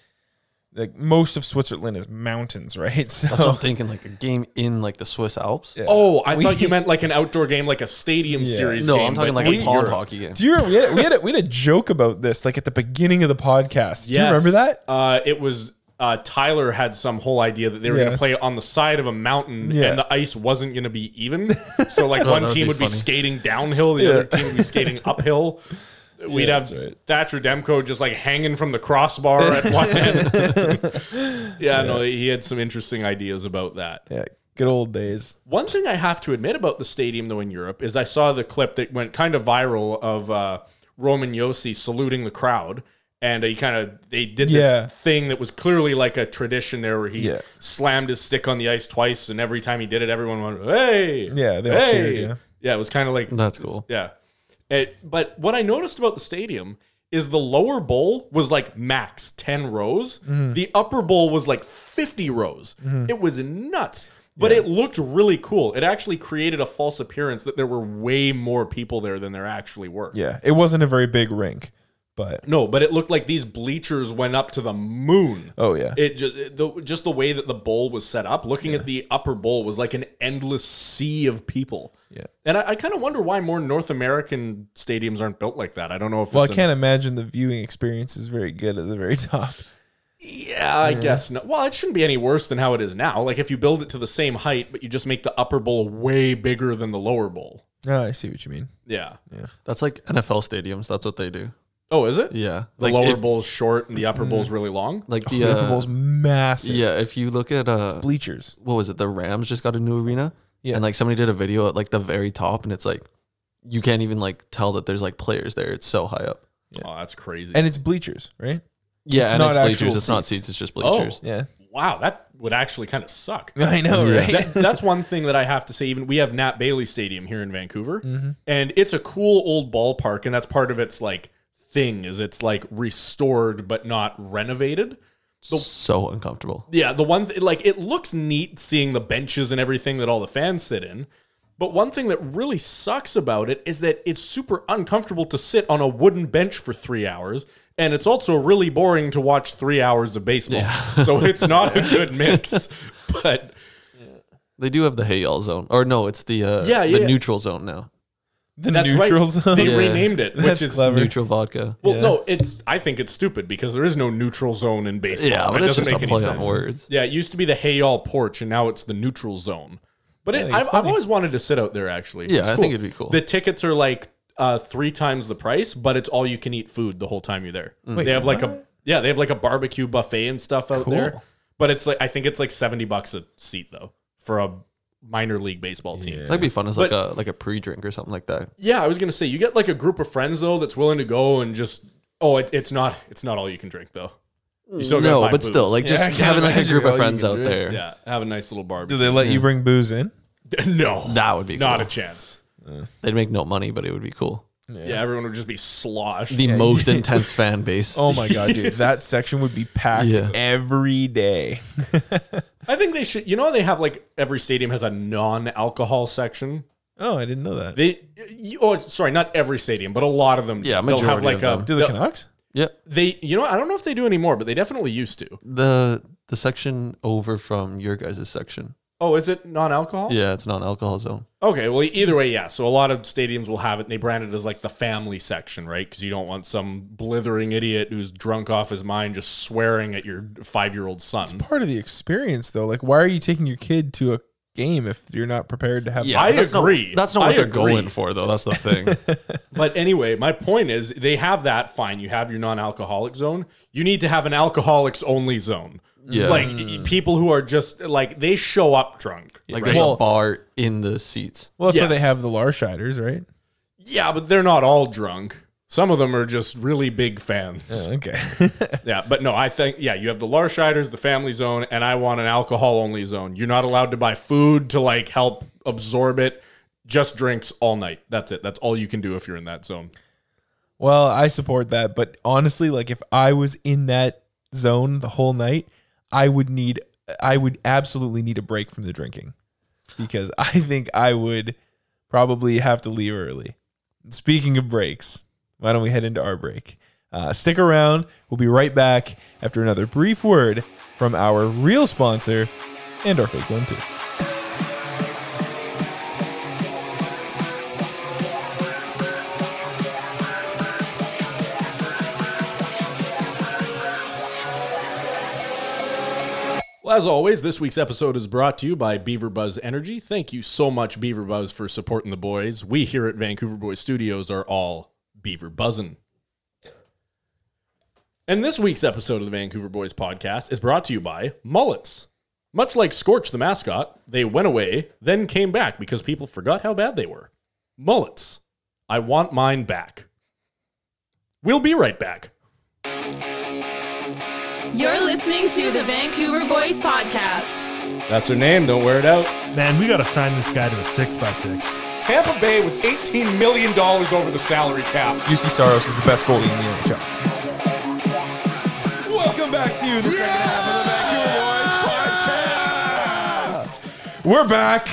D: like most of Switzerland is mountains, right? So
F: That's what I'm thinking. Like a game in like the Swiss Alps.
D: Yeah.
E: oh, I
D: We-
E: thought you meant like an outdoor game, like a stadium
D: Yeah.
E: series.
F: No,
E: game,
F: I'm talking
E: but
F: like a
E: in
F: pond
E: Europe.
F: hockey game.
D: Do you remember, we had we had a, we had a joke about this like at the beginning of the podcast? Do you remember that?
E: Uh, it was uh, Tyler had some whole idea that they were going
D: Yeah.
E: to play on the side of a mountain
D: Yeah.
E: and the ice wasn't going to be even. So like one
F: that'd
E: team
F: Oh, be
E: would be
F: funny.
E: skating downhill, the other team would be skating uphill. We'd
D: Yeah,
E: have
D: that's right.
E: Thatcher Demko just like hanging from the crossbar at one end. yeah, no, he had some interesting ideas about that.
D: Yeah, good old days.
E: One thing I have to admit about the stadium, though, in Europe is I saw the clip that went kind of viral of uh, Roman Yossi saluting the crowd. And he kind of they did this
D: Yeah.
E: thing that was clearly like a tradition there, where he
D: Yeah.
E: slammed his stick on the ice twice, and every time he did it, everyone went "Hey!"
D: Yeah, they all
E: hey!
D: cheered, yeah.
E: yeah. It was kind of like
F: That's cool.
E: yeah. It, but what I noticed about the stadium is the lower bowl was like max 10 rows.
D: Mm-hmm.
E: The upper bowl was like 50 rows. It was nuts. But it looked really cool. It actually created a false appearance that there were way more people there than there actually were.
D: Yeah, it wasn't a very big rink, but
E: No, but it looked like these bleachers went up to the moon.
D: oh yeah,
E: It just the, just the way that the bowl was set up. Looking at the upper bowl was like an endless sea of people.
D: Yeah.
E: and I, I kind of wonder why more North American stadiums aren't built like that. I don't know if
D: well, I
E: it's an-
D: can't imagine the viewing experience is very good at the very top.
E: yeah, I guess not. Well, it shouldn't be any worse than how it is now. Like if you build it to the same height, but you just make the upper bowl way bigger than the lower bowl.
D: Oh, I see what you mean.
E: Yeah.
F: That's like NFL stadiums. That's what they do.
E: Oh, is it?
F: Yeah.
E: The
F: like
E: lower
F: if,
E: bowl's short and the upper bowl's really long.
F: Like
D: The
F: the
D: upper
F: uh,
D: bowl's massive.
F: yeah. If you look at uh,
D: bleachers.
F: what was it? The Rams just got a new arena.
D: Yeah.
F: And like somebody did a video at like the very top, and it's like you can't even like tell that there's like players there. It's so high up.
E: Oh, that's crazy.
D: and it's bleachers, right?
F: Yeah,
D: It's
F: and
D: not
F: it's bleachers.
D: actual
F: It's not
D: seats.
F: seats. It's just
E: Oh.
F: bleachers.
D: Yeah,
E: wow, that would actually kind of suck.
D: I know, right?
E: that, that's one thing that I have to say. Even we have Nat Bailey Stadium here in Vancouver, and it's a cool old ballpark, and that's part of its like thing is it's like restored but not renovated.
F: So uncomfortable.
E: Yeah, the one th- like it looks neat seeing the benches and everything that all the fans sit in. But one thing that really sucks about it is that it's super uncomfortable to sit on a wooden bench for three hours, and it's also really boring to watch three hours of baseball. so it's not a good mix. But
F: They do have the hey y'all zone, or no, it's the uh,
E: Yeah, yeah,
F: the
E: yeah.
F: neutral zone now.
D: the
E: that's
D: neutral
E: right.
D: zone.
E: They
F: Yeah.
E: renamed it, which
D: That's
E: is
D: clever.
F: Neutral vodka.
E: Well, no, it's. I think it's stupid because there is no neutral zone in baseball.
F: Yeah, but
E: it
F: it's
E: doesn't
F: just a
E: make any
F: play
E: sense.
F: on words.
E: Yeah, it used to be the Hey All porch, and now it's the neutral zone. But it,
D: think
E: I've,
D: it's
E: I've
D: funny.
E: always wanted to sit out there. Actually,
F: Yeah,
E: It's
F: I think it'd be cool.
E: The tickets are like uh, three times the price, but it's all you
F: Mm.
E: can eat food the whole time you're there. they have like a yeah, they have like a barbecue buffet and stuff out there. But it's like I think it's like seventy bucks a seat though for a minor league baseball team.
D: Yeah.
F: That'd be fun as
E: But-
F: like a like a pre-drink or something like that.
E: Yeah, I was gonna say you get like a group of friends though that's willing to go and just oh it, it's not it's not all you can drink though. You still gotta
F: no,
E: buy
F: but still,
E: booze.
F: like just
D: I can't
F: having like a
D: imagine
F: group
D: all
F: of
D: you
F: friends
D: can
F: out
D: do.
F: there.
E: yeah, have a nice little barbecue.
D: Do they let you bring booze in?
E: no,
F: That would be
E: not
F: cool.
E: a chance.
F: They'd make no money, but it would be cool.
E: Yeah. everyone would just be sloshed.
F: The most intense fan base.
D: Oh my god, dude, that section would be packed
F: Yeah.
D: every day.
E: I think they should. You know, how they have like every stadium has a non-alcohol section.
D: Oh, I didn't know that.
E: They, you, oh, sorry, not every stadium, but a lot of them.
F: Yeah,
E: they'll
F: majority
E: have
F: of
E: like a.
F: them.
D: Do the Canucks?
F: Yeah,
E: They, you know, I don't know if they do anymore, but they definitely used to.
F: the the section over from your guys' section.
E: Oh, is it non-alcohol?
F: Yeah, it's non-alcohol zone.
E: Okay. Well, either way, yeah. So a lot of stadiums will have it. and They brand it as like the family section, right? Because you don't want some blithering idiot who's drunk off his mind just swearing at your five-year-old son.
D: Part of the experience though. Like why are you taking your kid to a game if you're not prepared to have
E: I
F: that's
E: agree.
F: Not, that's not what
E: I
F: they're
E: agree.
F: going for, though. That's the thing.
E: But anyway, my point is they have that fine. You have your non-alcoholic zone. You need to have an alcoholics only zone.
F: Yeah.
E: Like y- people who are just like they show up drunk.
F: Like
E: right?
F: there's
D: Well-
F: a bar in the seats.
D: Well, that's why
E: Yes.
D: they have the Larshiders, right?
E: yeah, but they're not all drunk. Some of them are just really big fans.
D: Oh, okay.
E: Yeah, but no, I think yeah, you have the Larshiders, the family zone, and I want an alcohol only zone. You're not allowed to buy food to like help absorb it. Just drinks all night. That's it. That's all you can do if you're in that zone.
D: well, I support that, but honestly, like if I was in that zone the whole night, I would need I would absolutely need a break from the drinking. Because I think I would probably have to leave early. Speaking of breaks, why don't we head into our break? Uh, stick around. We'll be right back after another brief word from our real sponsor and our fake one, too.
E: Well, as always, this week's episode is brought to you by Beaver Buzz Energy. Thank you so much, Beaver Buzz, for supporting the boys. We here at Vancouver Boys Studios are all Beaver Buzzin'. And this week's episode of the Vancouver Boys podcast is brought to you by Mullets. Much like Scorch the mascot, they went away, then came back because people forgot how bad they were. Mullets. I want mine back. We'll be right back.
A: You're listening to the Vancouver Boys Podcast.
E: That's her name. Don't wear it out.
G: Man, we gotta sign this guy to a six by six.
E: Tampa Bay was $18 million over the salary cap.
D: UC Saros is the best goalie in the NHL. Welcome back to the second half of the Vancouver Boys podcast. We're back.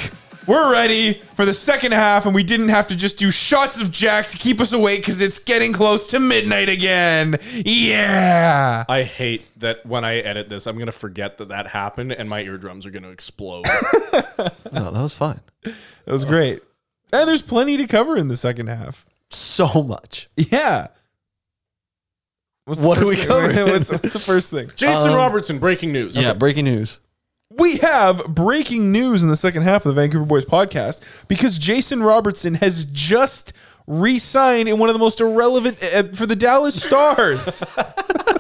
D: We're ready for the second half, and we didn't have to just do shots of Jack to keep us awake because it's getting close to midnight again. Yeah.
E: I hate that when I edit this, I'm going to forget that that happened and my eardrums are going to explode.
F: No, that was fine.
D: That was great. And there's plenty to cover in the second half.
F: So much.
D: Yeah. What's the
F: What are
D: first
F: we
D: thing?
F: covering?
D: What's, what's the first thing?
E: Jason Robertson, breaking news.
F: Yeah, breaking news.
D: We have breaking news in the second half of the Vancouver Boys podcast because Jason Robertson has just re-signed in one of the most irrelevant uh, for the Dallas Stars.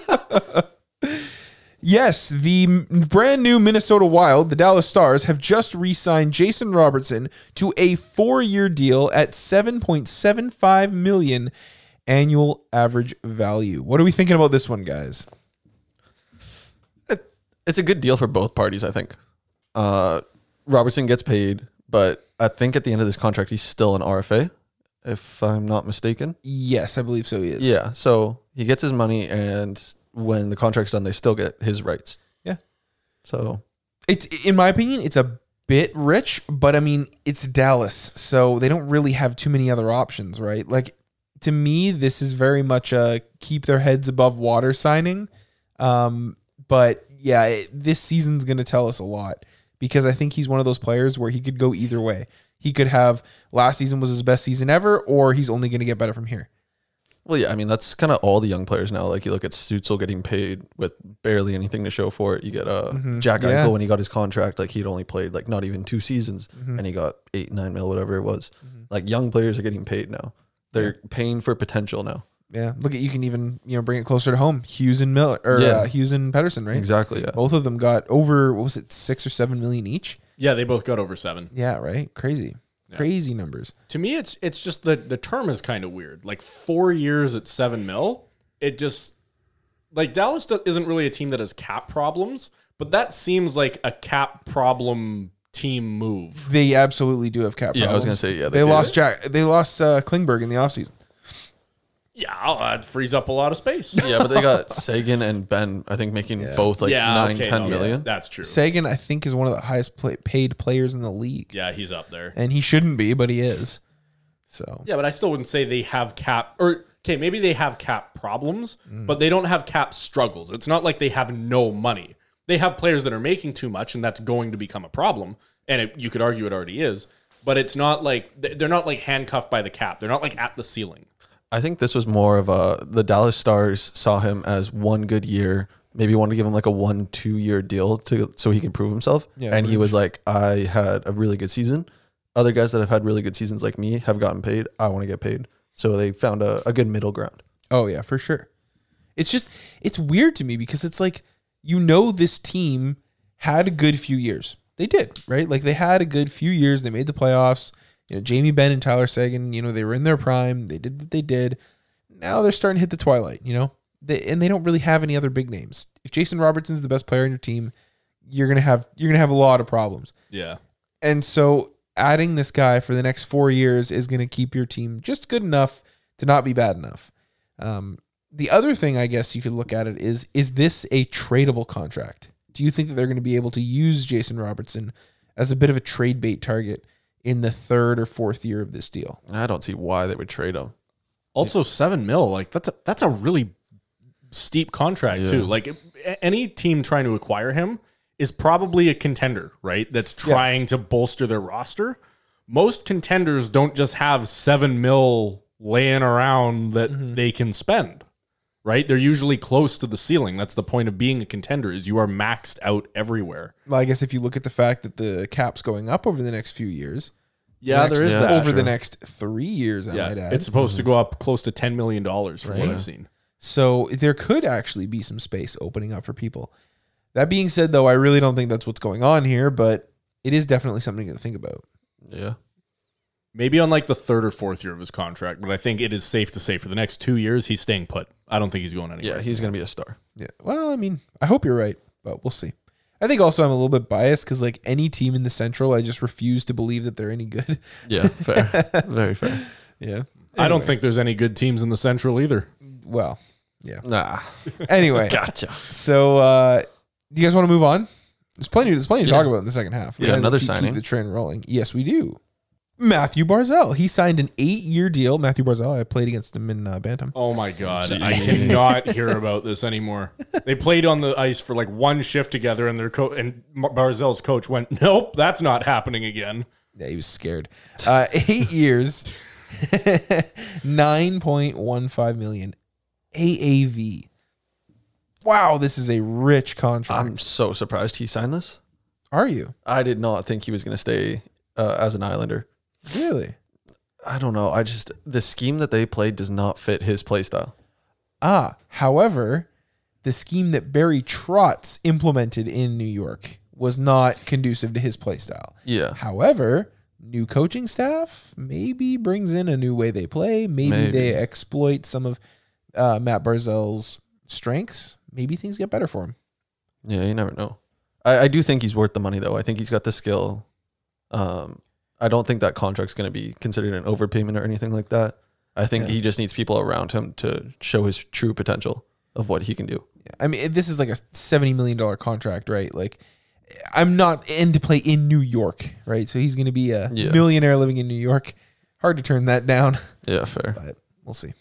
D: yes, the m- brand new Minnesota Wild, the Dallas Stars, have just re-signed Jason Robertson to a four-year deal at seven point seven five million annual average value. What are we thinking about this one, guys?
F: It's a good deal for both parties, I think. Uh, Robertson gets paid, but I think at the end of this contract, he's still an RFA, if I'm not mistaken.
D: Yes, I believe so. He is.
F: Yeah, so he gets his money, and when the contract's done, they still get his rights.
D: Yeah.
F: So
D: It's in my opinion, it's a bit rich, but I mean, it's Dallas, so they don't really have too many other options, right? Like to me, this is very much a keep their heads above water signing. Um, but yeah, it, this season's going to tell us a lot because I think he's one of those players where he could go either way. He could have last season was his best season ever, or he's only going to get better from here.
F: Well, yeah, I mean that's kind of all the young players now. Like you look at Stutzel getting paid with barely anything to show for it. You get uh, Jack
D: Yeah.
F: Eichel when he got his contract, like he'd only played like not even two seasons, and he got eight, nine mil, whatever it was. Like young players are getting paid now. They're paying for potential now.
D: Yeah, look at you can even you know bring it closer to home. Hughes and Miller or
F: Yeah.
D: uh, Hughes and Pedersen, right?
F: Exactly.
E: Oh.
F: Yeah.
D: Both of them got over what was it, six or seven million each?
E: Yeah, they both got over seven.
D: Yeah, right. Crazy, crazy numbers.
E: To me, it's it's just the the term is kind of weird. Like four years at seven mil, it just like Dallas do- isn't really a team that has cap problems, but that seems like a cap problem team move.
D: They absolutely do have cap.
F: Yeah, I was
D: problems.
F: gonna say, yeah,
D: They,
F: they do.
D: lost Jack. They lost uh, Klingberg in the offseason.
E: Yeah, I'll- that frees up a lot of space.
F: yeah, but they got Sagan and Ben. I think making both like
E: yeah,
F: nine, ten million.
E: okay, no, That's true.
D: Sagan, I think, is one of the highest pla paid players in the league,
E: yeah, he's up there.
D: and he shouldn't be, but he is. So
E: Yeah, but I still wouldn't say they have cap or okay, maybe they have cap problems,
F: Mm.
E: but they don't have cap struggles. It's not like they have no money. They have players that are making too much and that's going to become a problem, and it, you could argue it already is, but it's not like th- they're not like handcuffed by the cap. They're not like at the ceiling.
F: I think this was more of a the Dallas Stars saw him as one good year, maybe wanted to give him like a one two year deal to so he could prove himself.
D: Yeah,
F: and he
D: Bruges.
F: was like, I had a really good season. Other guys that have had really good seasons like me have gotten paid. I want to get paid. So they found a, a good middle ground.
D: Oh yeah, for sure. It's just it's weird to me because it's like you know this team had a good few years. They did, right? Like they had a good few years. They made the playoffs. You know, Jamie Benn and Tyler Sagan, you know, they were in their prime. They did what they did. Now they're starting to hit the twilight, you know? They, and they don't really have any other big names. If Jason Robertson's the best player on your team, you're gonna have you're gonna have a lot of problems.
E: Yeah.
D: And so adding this guy for the next four years is going to keep your team just good enough to not be bad enough. Um, the other thing I guess you could look at it is is this a tradable contract? Do you think that they're going to be able to use Jason Robertson as a bit of a trade bait target in the third or fourth year of this deal?
F: I don't see why they would trade him.
E: Also, seven mil, like that's a that's a really steep contract too. Like a- any team trying to acquire him is probably a contender, right? That's trying to bolster their roster. Most contenders don't just have seven mil laying around that they can spend, right? They're usually close to the ceiling. That's the point of being a contender is you are maxed out everywhere.
D: Well, I guess if you look at the fact that the cap's going up over the next few years,
E: Yeah,
D: next-
E: there is
F: yeah,
E: that. Mm-hmm.
F: that's
D: over the next three years, I might
E: yeah,
D: add.
E: it's supposed to go up close to ten million dollars from what I've seen.
D: So there could actually be some space opening up for people. That being said, though, I really don't think that's what's going on here, but it is definitely something to think about.
F: Yeah.
E: Maybe on like the third or fourth year of his contract, but I think it is safe to say for the next two years he's staying put. I don't think he's going anywhere.
F: Yeah, he's gonna be a star.
D: Yeah. Well, I mean, I hope you're right, but we'll see. I think also I'm a little bit biased because like any team in the Central, I just refuse to believe that they're any good.
F: Yeah, fair. Very fair.
D: yeah.
E: I don't think there's any good teams in the Central either.
D: Well.
F: Nah.
D: Anyway.
F: Gotcha.
D: So uh do you guys want to move on? There's plenty there's plenty to talk about in the second half. We
F: Yeah,
D: gotta
F: another
D: keep- keep
F: signing.
D: the train rolling. Yes, we do. Matthew Barzell. He signed an eight year deal. Matthew Barzell, I played against him in uh, Bantam.
E: Oh my god, I cannot hear about this anymore. They played on the ice for like one shift together, and their coach and Mar- Barzell's coach went, "Nope, that's not happening again."
D: Yeah, he was scared. Uh, eight years, nine point one five million AAV. Wow, this is a rich contract.
F: I'm so surprised he signed this.
D: Are you
F: I did not think he was gonna stay uh, as an Islander.
D: really?
F: I don't know. I just the scheme that they played does not fit his play style.
D: Ah, however, the scheme that Barry Trotz implemented in New York was not conducive to his play style.
F: Yeah.
D: However, new coaching staff maybe brings in a new way they play. Maybe,
F: Maybe.
D: they exploit some of uh, Matt Barzell's strengths. Maybe things get better for him.
F: Yeah, you never know. I, I do think he's worth the money though. I think he's got the skill. Um, I don't think that contract's going to be considered an overpayment or anything like that. I think
D: Yeah.
F: he just needs people around him to show his true potential of what he can do.
D: I mean, this is like a seventy million dollar contract, right? Like, I'm not in to play in New York, right? So he's going to be a
F: Yeah.
D: millionaire living in New York. Hard to turn that down,
F: Yeah, fair.
D: but we'll see.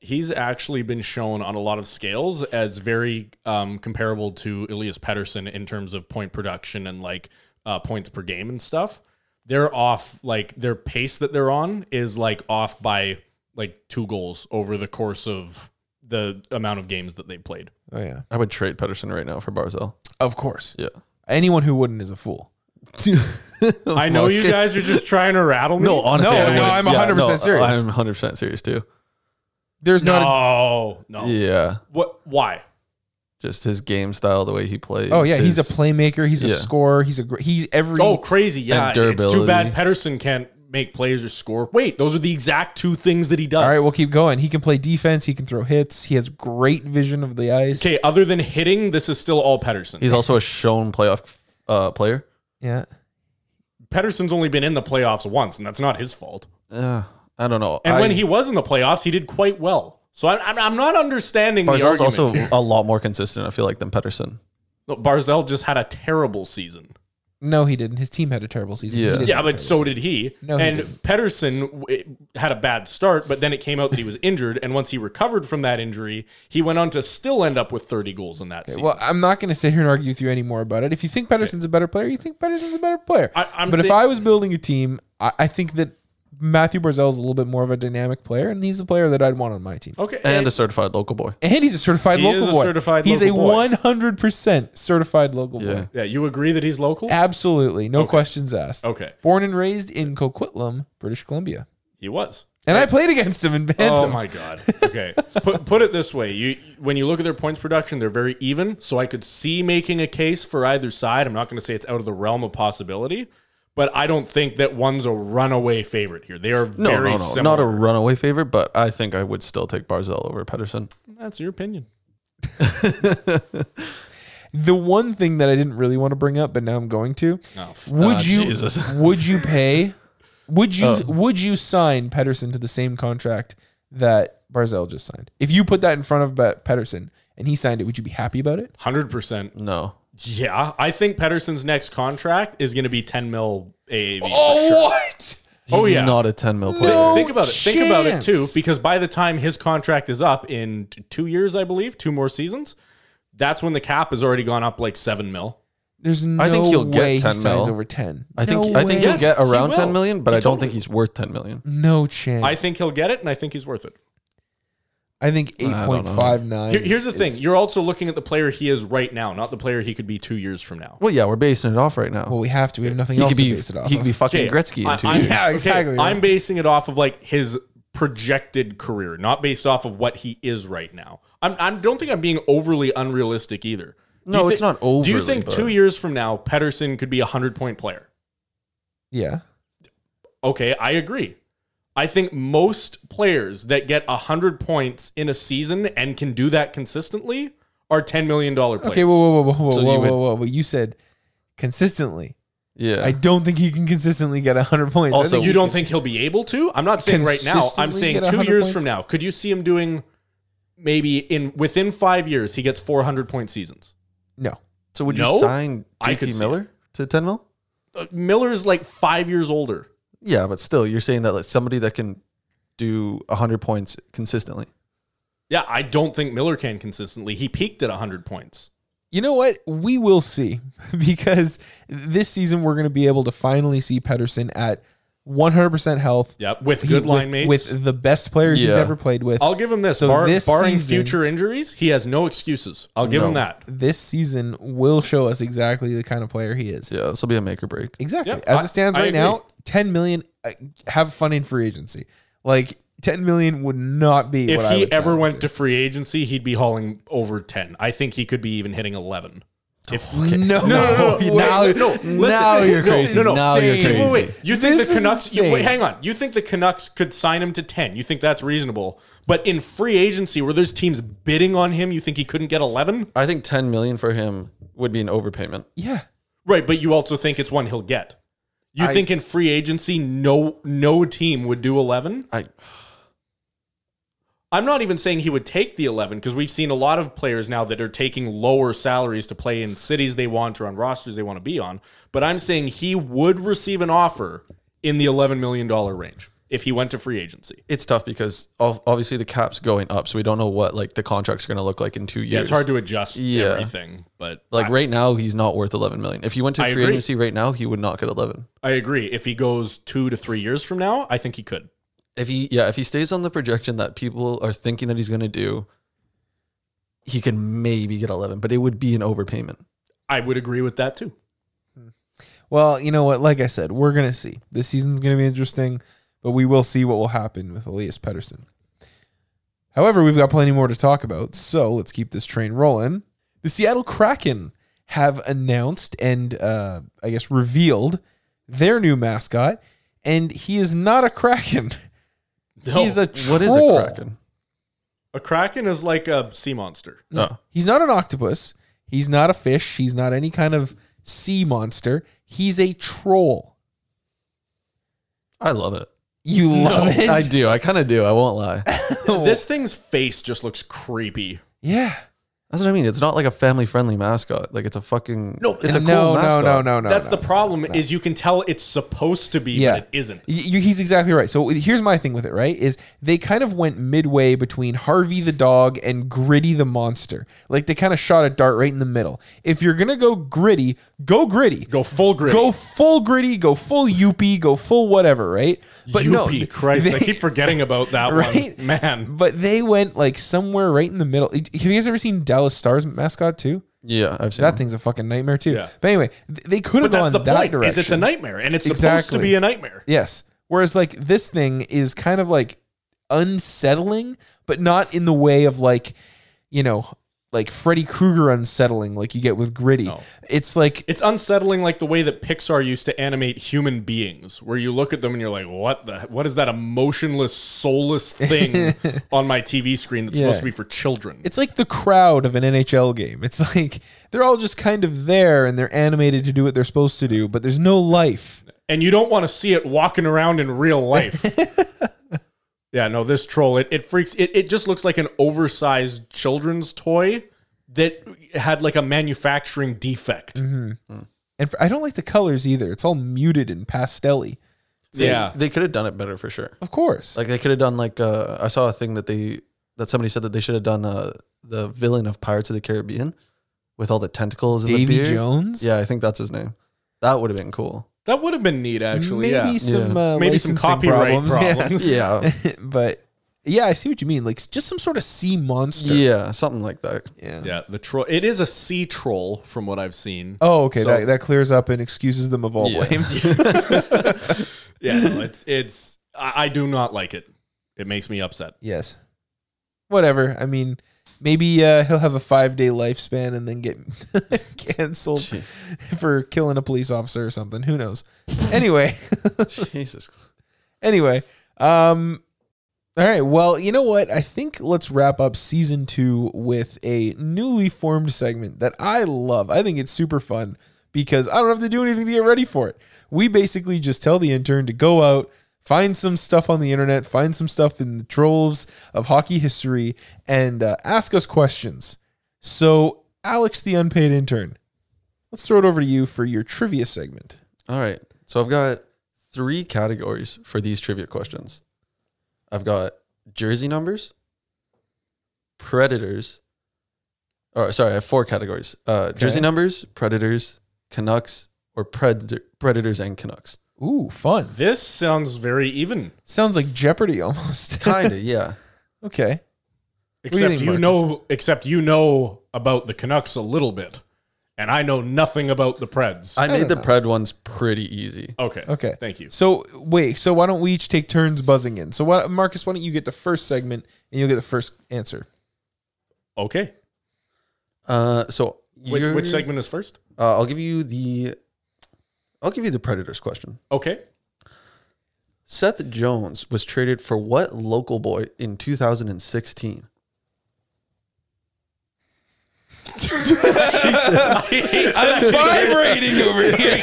E: He's actually been shown on a lot of scales as very um, comparable to Elias Pettersson in terms of point production and like uh, points per game and stuff. They're off like their pace that they're on is like off by like two goals over the course of the amount of games that they played.
D: Oh yeah,
F: I would trade Pedersen right now for Barzell.
D: of course.
F: Yeah.
D: Anyone who wouldn't is a fool.
E: I know you guys are just trying to rattle me.
F: Oh, No, honestly,
D: No,
F: I
D: no,
F: would.
D: I'm 100% serious.
F: I'm 100 percent serious too.
D: There's not. A,
E: No, no.
F: Yeah,
E: What? Why?
F: just his game style, the way he plays.
D: oh yeah, he's a
F: his-
D: playmaker. He's a
F: Yeah.
D: scorer. He's a gr- he's every.
E: Oh, crazy. Yeah. It's
F: And
E: too bad
F: durability.
E: Pedersen can't make plays or score. Wait, those are the exact two things that he does.
D: All right, we'll keep going. He can play defense. He can throw hits. He has great vision of the ice.
E: Okay, other than hitting, this is still all Pedersen.
F: He's also a shown playoff uh, player.
D: Yeah.
E: Pedersen's only been in the playoffs once, and that's not his fault.
F: Uh, I don't know.
E: And
F: I,
E: when he was in the playoffs, he did quite well. So I, I'm, I'm not understanding the
F: Barzal's
E: argument.
F: also a lot more consistent. I feel like than Pedersen.
E: No, Barzell just had a terrible season.
D: No, he didn't. His team had a terrible season. He
F: Yeah.
D: didn't
E: Yeah,
D: have a
E: but
D: terrible
E: so
D: season.
E: did he.
D: No, he
E: and
D: didn't.
E: Pedersen w- had a bad start, but then it came out that he was injured. And once he recovered from that injury, he went on to still end up with 30 goals in that season.
D: Well, I'm not going to sit here and argue with you anymore about it. If you think Pedersen's a better player, you think Pedersen's a better player.
E: I- I'm
D: but if
E: saying-
D: I was building a team, I, I think that Matthew Barzell is a little bit more of a dynamic player, and he's the player that I'd want on my team.
E: okay.
F: and a certified local boy.
D: And he's a certified
E: He
D: local
E: is a
D: boy.
E: certified
D: he's
E: local boy.
D: a 100% certified local
F: Yeah.
D: boy.
E: yeah, you agree that he's local?
D: Absolutely. No questions asked.
E: Okay.
D: Born and raised in Coquitlam, British Columbia.
E: He was.
D: And I played against him in
E: Oh
D: Bantam.
E: my god. Okay. put put it this way, you when you look at their points production, they're very even, so I could see making a case for either side. I'm not going to say it's out of the realm of possibility, but I don't think that one's a runaway favorite here. They are
F: No,
E: very
F: no, no,
E: similar.
F: not a runaway favorite, but I think I would still take Barzell over Pedersen.
E: That's your opinion.
D: The one thing that I didn't really want to bring up, but now I'm going to.
E: Oh,
D: Would
F: Ah,
D: you
F: Jesus.
D: would you pay would
E: Oh.
D: you would you sign Pedersen to the same contract that Barzell just signed? If you put that in front of Pe- Pedersen and he signed it, would you be happy about it?
E: 100%.
F: No,
E: Yeah, I think Pedersen's next contract is going to be 10 mil AAV Oh, for sure.
D: what?
E: Oh,
F: He's
E: yeah.
F: not a ten mil player.
D: No.
E: Think about it. Think about it too,
D: chance.
E: because by the time his contract is up in t- two years, I believe, two more seasons, that's when the cap has already gone up like seven mil.
D: There's no
F: I think he'll
D: way
F: get
D: he
F: 10
D: signs
F: mil.
D: over ten.
F: I think
D: No
F: I think
D: way.
F: he'll get
E: he
F: around
E: will.
F: ten million, but
E: He
F: I don't
E: totally
F: think he's worth ten million.
D: no chance.
E: I think he'll get it, and I think he's worth it.
D: I think eight point five nine.
E: Here- here's the thing: you're also looking at the player he is right now, not the player he could be two years from now.
F: Well, yeah, we're basing it off right now.
D: well, we have to. We have nothing
F: he
D: else
F: could be
D: to base it off.
F: he could be
D: of.
F: fucking Gretzky in two
E: I-
F: years.
E: I'm,
D: Yeah, exactly.
E: okay, I'm basing it off of like his projected career, not based off of what he is right now. I'm, I don't think I'm being overly unrealistic either. Do
F: No,
E: you
F: it's
E: thi-
F: not
E: Do you
F: overly,
E: think
F: but-
E: two years from now, Pedersen could be a hundred point player?
D: yeah.
E: Okay, I agree. I think most players that get 100 points in a season and can do that consistently are $10 million players.
D: Okay. Whoa, whoa, whoa, whoa, whoa,
F: So you
D: whoa,
F: would-
D: whoa, whoa. You said consistently.
F: Yeah,
D: I don't think he can consistently get hundred points. I
F: Also-
D: think
E: You don't think he'll be able to? I'm not saying right now. I'm
D: Consistently
E: saying
D: get
E: two
D: 100
E: years
D: points?
E: from now. Could you see him doing maybe in within five years he gets 400 point seasons?
D: no.
F: so would you
E: No,
F: sign
E: I could see
F: JT Miller to ten mil?
E: Uh, Miller's like five years older.
F: Yeah, but still, you're saying that like somebody that can do hundred points consistently.
E: Yeah, I don't think Miller can consistently. He peaked at 100 points.
D: You know what? We will see because this season we're going to be able to finally see Pedersen at 100% health.
E: Yeah, with
D: He-
E: good line mates.
D: With the best players he's
F: Yeah.
D: ever played with.
E: I'll give him this.
D: So
E: Bar-
D: this
E: barring
D: season-
E: future injuries, he has no excuses. I'll give him
F: No.
E: that.
D: this season will show us exactly the kind of player he is.
F: Yeah, this will be a make or break.
D: Exactly.
E: Yep,
D: As
E: I-
D: it stands
E: I
D: right
E: agree.
D: now, 10 million uh, have fun in free agency. Like 10 million would not be
E: If
D: what I
E: he
D: would
E: ever
D: sign
E: went to free agency, he'd be hauling over 10. I think he could be even hitting 11. If
D: No,
E: No, no,
D: now,
E: wait, no,
D: now
E: listen.
D: you're
E: No,
D: crazy.
E: no, no.
D: Now you're
E: Wait,
D: crazy.
E: wait, wait. You think
D: This
E: the
D: is
E: Canucks? You,
D: insane.
E: wait, hang on. You think the Canucks could sign him to ten? You think that's reasonable? But in free agency, where there's teams bidding on him, you think he couldn't get eleven?
F: I think ten million for him would be an overpayment.
D: Yeah.
E: Right, but you also think it's one he'll get. You think in free agency, no, no team would do eleven.
F: I
E: I'm not even saying he would take the 11 because we've seen a lot of players now that are taking lower salaries to play in cities they want or on rosters they want to be on. But I'm saying he would receive an offer in the 11 million dollar range if he went to free agency.
F: it's tough because ob- obviously the cap's going up, so we don't know what like the contract's going to look like in two years.
E: Yeah, it's hard to adjust
F: Yeah.
E: everything, but
F: like
E: I,
F: right now, he's not worth eleven million. If he went to
E: I
F: free
E: agree.
F: agency right now, he would not get eleven.
E: I agree. If he goes two to three years from now, I think he could.
F: If he yeah, if he stays on the projection that people are thinking that he's going to do, he can maybe get eleven, but it would be an overpayment.
E: I would agree with that too.
D: Well, you know what? Like I said, we're gonna see. This season's gonna be interesting, but we will see what will happen with Elias Pettersson. However, we've got plenty more to talk about, so let's keep this train rolling. The Seattle Kraken have announced and, uh, I guess, revealed their new mascot, and he is not a Kraken. He's a troll.
F: What is a kraken?
E: A kraken is like a sea monster.
F: No.
D: He's not an octopus. He's not a fish. He's not any kind of sea monster. He's a troll.
F: I love it.
D: You love it?
F: I do. I kind of do. I won't lie.
E: This thing's face just looks creepy.
D: Yeah.
F: That's what I mean. It's not like a family friendly mascot. Like it's a fucking
E: No,
F: It's a cool
D: no, no,
F: mascot.
D: no, no, no.
E: That's
D: no.
E: the problem is you can tell it's supposed to be,
D: Yeah.
E: but it isn't.
D: Y- You, he's exactly right. So here's my thing with it, right? Is they kind of went midway between Harvey the dog and Gritty the monster. Like they kind of shot a dart right in the middle. If you're gonna go gritty, go gritty.
E: Go full grit.
D: Go full gritty. Go full youpie. Go full whatever, right? But no,
E: Yuppie, Christ, I
D: they-
E: keep forgetting about that
D: Right?
E: one. Man.
D: But they went like somewhere right in the middle. Have you guys ever seen Dallas Stars mascot too?
F: Yeah, I've seen
D: That thing's a fucking nightmare too.
E: Mm. Yeah.
D: But anyway, th- they could have
E: But that's
D: gone
E: the
D: that
E: point. Is
D: direction.
E: it's a nightmare and it's supposed to
D: Exactly.
E: be a nightmare.
D: Yes. Whereas like this thing is kind of like unsettling, but not in the way of like, you know, like Freddy Krueger unsettling like you get with Gritty.
E: No.
D: It's like
E: It's unsettling like the way that Pixar used to animate human beings where you look at them and you're like, "What the what is that emotionless, soulless thing on my TV screen that's
D: Yeah.
E: supposed to be for children?"
D: it's like the crowd of an NHL game. It's like they're all just kind of there and they're animated to do what they're supposed to do, but there's no life.
E: and you don't want to see it walking around in real life. yeah, no, this troll it, it freaks it it just looks like an oversized children's toy that had like a manufacturing defect.
D: Mm-hmm. And for, I don't like the colors either. It's all muted and pastelly.
F: They-
E: Yeah.
F: They, could have done it better for sure.
D: Of course.
F: Like they could have done like uh I saw a thing that they that somebody said that they should have done uh the villain of Pirates of the Caribbean with all the tentacles and
D: Davy
F: the beard.
D: Jones?
F: Yeah, I think that's his name. That would have been cool.
E: That would have been neat actually.
D: maybe
E: yeah.
D: some
F: Yeah.
D: Uh,
E: Maybe some
D: licensing
E: copyright
D: problems.
E: problems.
D: Yeah.
F: Yeah.
D: but yeah, I see what you mean. Like just some sort of sea monster.
F: yeah, something like that.
D: Yeah.
E: Yeah, the troll. It is a sea troll, from what I've seen.
D: Oh, okay.
E: So-
D: that, that clears up and excuses them of all
F: Yeah.
D: blame.
E: yeah, no, it's it's. I, I do not like it. It makes me upset.
D: yes. Whatever. I mean, maybe uh, he'll have a five day lifespan and then get canceled for killing a police officer or something. Who knows? Anyway,
F: Jesus.
D: anyway. Um, all right. Well, you know what? I think let's wrap up season two with a newly formed segment that I love. I think it's super fun because I don't have to do anything to get ready for it. We basically just tell the intern to go out, find some stuff on the internet, find some stuff in the troves of hockey history, and uh, ask us questions. So, Alex, the unpaid intern, let's throw it over to you for your trivia segment.
F: All right. So I've got three categories for these trivia questions. I've got jersey numbers, predators, or sorry, I have four categories uh, jersey
D: Okay.
F: numbers, predators, Canucks, or predator, predators and Canucks.
D: Ooh, fun.
E: This sounds very even.
D: Sounds like Jeopardy almost.
F: Kind of, yeah.
D: okay. do you
E: Except
D: think,
E: you, know, except you know about the Canucks a little bit, and I know nothing about the Preds.
F: I
D: don't
F: made the
D: know.
F: pred ones pretty easy.
E: okay.
D: Okay.
E: Thank you.
D: So wait, so why don't we each take turns buzzing in? So why, Marcus, why don't you get the first segment and you'll get the first answer?
E: Okay.
F: Uh, so
E: Which,
F: you're-
E: which segment is first?
F: Uh, I'll give you the, I'll give you the predators question.
E: Okay.
F: Seth Jones was traded for what local boy in 2016?
D: I'm vibrating over here.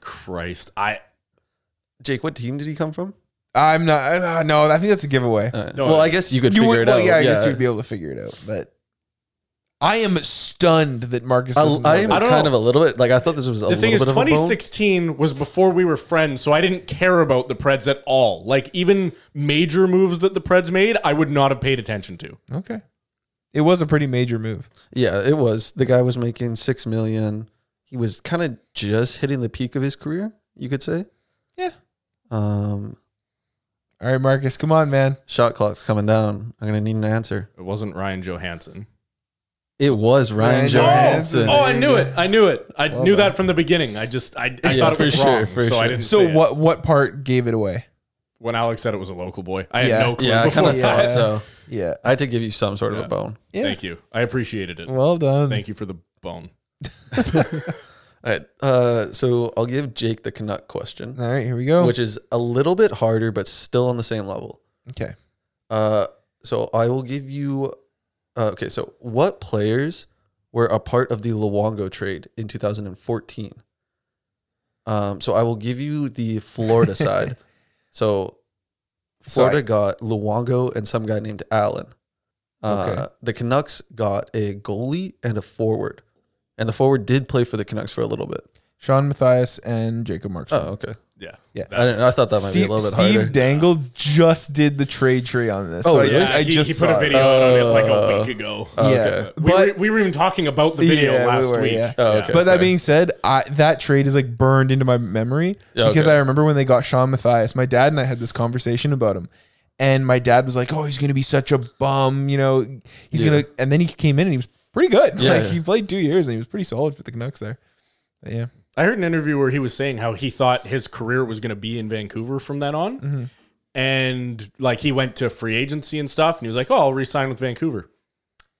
E: Christ, I
F: Jake, what team did he come from?
D: I'm not. Uh, no, I think that's a giveaway.
E: No,
F: well, I guess you could
D: you
F: Uh, figure
D: would,
F: it
D: well,
F: out.
D: yeah, I guess you'd be able to figure it out. But I am stunned that Marcus.
F: I,
D: Doesn't know
F: I am
D: this.
E: don't
F: kind
E: know.
F: of a little bit like I thought this was a
E: the
F: little
E: thing
F: bit
E: is,
F: of a bone.
E: 2016 was before we were friends, so I didn't care about the Preds at all. Like even major moves that the Preds made, I would not have paid attention to.
D: okay. It was a pretty major move.
F: Yeah, it was. The guy was making six million. He was kind of just hitting the peak of his career, you could say.
D: Yeah.
F: Um,
D: All right, Marcus, come on, man.
F: shot clock's coming down. I'm gonna need an answer.
E: It wasn't Ryan Johansson.
F: It was Ryan
D: Ryan
F: Johansson.
E: Oh, I knew it. I knew it. I
F: Well
E: knew
F: done.
E: that from the beginning. I just I, I
F: Yeah,
E: thought it was
F: for sure,
E: wrong,
F: for
E: so I
F: sure.
E: didn't.
D: So
E: say it.
D: what? What part gave it away?
E: when Alex said it was a local boy. I had
D: Yeah.
E: no clue
F: Yeah, I kind
E: before.
F: of thought so.
D: Yeah.
F: I had to give you some sort of
E: Yeah.
F: a bone.
D: Yeah.
E: Thank you. I appreciated it.
D: Well done.
E: Thank you for the bone.
F: All right. Uh, so I'll give Jake the Canuck question,
D: All right, here we go.
F: which is a little bit harder, but still on the same level.
D: okay.
F: Uh, so I will give you. Uh, okay, so what players were a part of the Luongo trade in 2014? Um, so I will give you the Florida side. So Florida
D: Sorry.
F: got Luongo and some guy named Allen. Uh, The Canucks got a goalie and a forward, and the forward did play for the Canucks for a little bit.
D: Sean Matthias and Jacob Marks.
F: Oh, okay.
E: Yeah.
D: Yeah.
F: I, didn't, I thought that might
D: Steve,
F: be a little bit
D: Steve
F: harder.
D: Dangle just did the trade tree on this.
F: Oh,
D: I-
F: really?
D: I,
E: Yeah,
D: I
E: he,
D: just
E: he put
D: saw
E: a
D: it.
E: video out on it like a week ago.
F: Oh,
D: yeah,
F: okay.
E: we,
D: but
E: were, we were even talking about the video
D: Yeah, we
E: last
D: were,
E: week.
D: yeah.
F: Oh, okay.
D: but that
F: fair.
D: being said, I, that trade is like burned into my memory
F: Yeah,
D: because
F: okay.
D: I remember when they got Sean Matthias. My dad and I had this conversation about him, and my dad was like, "Oh, he's gonna be such a bum, you know. He's
F: Yeah.
D: gonna." And then he came in and he was pretty good.
F: Yeah,
D: like
F: yeah.
D: he played two years and he was pretty solid for the Canucks there. But yeah,
E: I heard an interview where he was saying how he thought his career was going to be in Vancouver from then on. And like he went to free agency and stuff, and he was like, oh, I'll resign with Vancouver.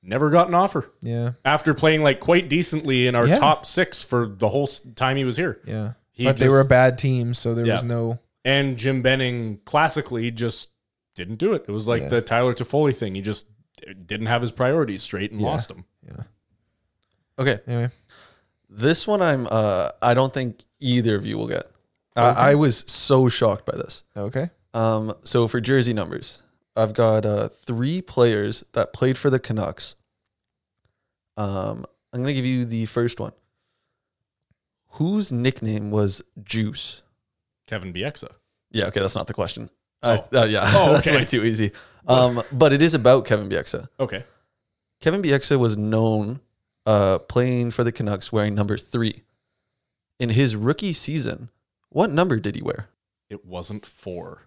E: Never got an offer
D: yeah,
E: after playing like quite decently in our
D: Yeah.
E: top six for the whole s- time he was here.
D: yeah.
E: He
D: but they were a
E: just-
D: bad team, so there
E: Yeah.
D: was no.
E: And Jim Benning classically just didn't do it. It was like
D: Yeah.
E: the Tyler Toffoli thing. He just didn't have his priorities straight and lost them.
F: Okay.
D: Anyway,
F: This one I'm uh I don't think either of you will get. I, I was so shocked by this.
D: okay.
F: Um so for jersey numbers, I've got uh three players that played for the Canucks. Um I'm going to give you the first one. Whose nickname was Juice?
E: Kevin Bieksa.
F: Yeah, okay, that's not the question. I-
E: Oh.
F: uh, yeah,
E: Oh,
F: that's
E: okay.
F: way too easy. Um but it is about Kevin Bieksa.
E: Okay.
F: Kevin Bieksa was known uh, playing for the Canucks wearing number three. In his rookie season, what number did he wear?
E: It wasn't four.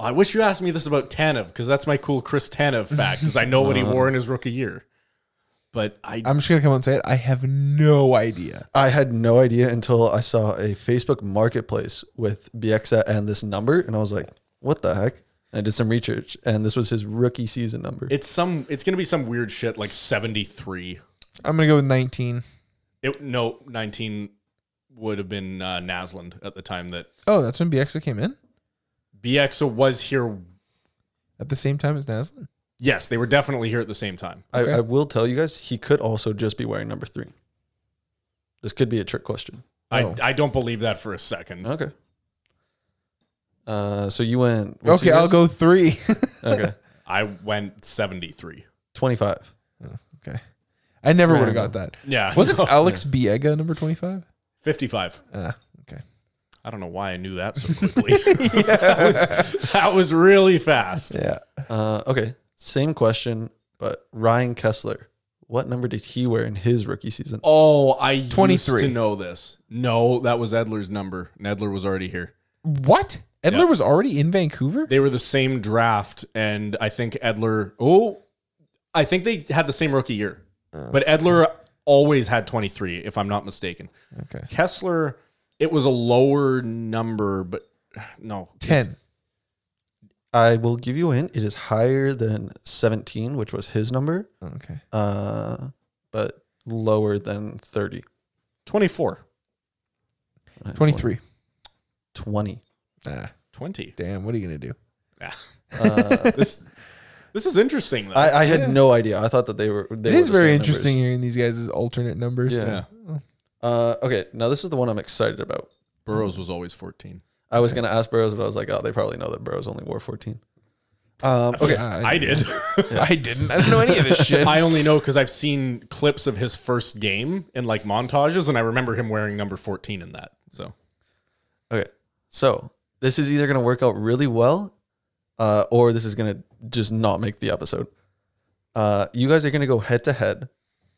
E: I wish you asked me this about Tanev because that's my cool Chris Tanev fact because I know what he wore in his rookie year. But I,
D: Uh-huh. I'm just gonna come out and say it. I have no idea.
F: I had no idea until I saw a Facebook marketplace with Bieksa and this number, and I was like, what the heck? And I did some research, and this was his rookie season number.
E: it's some, it's gonna be some weird shit like seventy three.
D: I'm gonna go with 19.
E: It no nineteen would have been uh, Naslund at the time that
D: Oh, that's when BXA came in
E: BXO was here.
D: at the same time as Naslin.
E: Yes, they were definitely here at the same time.
F: I,
D: okay.
F: I will tell you guys, he could also just be wearing number three. This could be a trick question.
D: Oh.
E: I, I don't believe that for a second.
F: Okay. Uh, so you went. what's
D: Okay,
F: yours?
D: I'll go three.
F: Okay,
E: I went seventy three.
F: twenty-five.
D: Okay. I never would have got that.
E: Yeah,
D: Wasn't Alex Biega number 25?
E: fifty five?
D: Ah, okay.
E: I don't know why I knew that so quickly. that, was, that was really fast.
D: Yeah.
F: Uh, okay, same question, but Ryan Kessler, what number did he wear in his rookie season?
E: Oh, I 23.
D: 23.
E: used to know this. No, that was Edler's number. And Edler was already here.
D: What? Edler
E: Yeah.
D: was already in Vancouver?
E: They were the same draft, and I think Edler. Oh, I think they had the same rookie year,
D: Oh,
E: but Edler always had 23, if I'm not mistaken.
D: Okay.
E: Kessler, it was a lower number, but no,
D: 10.
F: I will give you a hint. It is higher than 17, which was his number,
D: Okay.
F: uh, but lower than 30.
E: 24,
D: 23.
F: 20.
D: Ah,
E: 20.
D: damn. What are you going to do?
E: Yeah.
F: Uh,
E: This, this is interesting though.
F: I, I had no idea. I thought that they were. They
D: It
F: were
D: is
F: the
D: very
F: same
D: interesting
F: numbers.
D: hearing these guys' alternate numbers.
F: Yeah.
E: yeah,
F: Uh, okay, now this is the one I'm excited about.
E: Burrows was always 14.
F: I was going to ask Burrows, but I was like, oh, they probably know that Burrows only wore 14. Um, okay,
D: Ah,
E: I did.
D: I didn't. I don't know any of this shit.
E: I only know because I've seen clips of his first game in like montages, and I remember him wearing number 14 in that. So
F: Okay. So this is either going to work out really well uh, or this is going to just not make the episode. Uh, you guys are going to go head to head.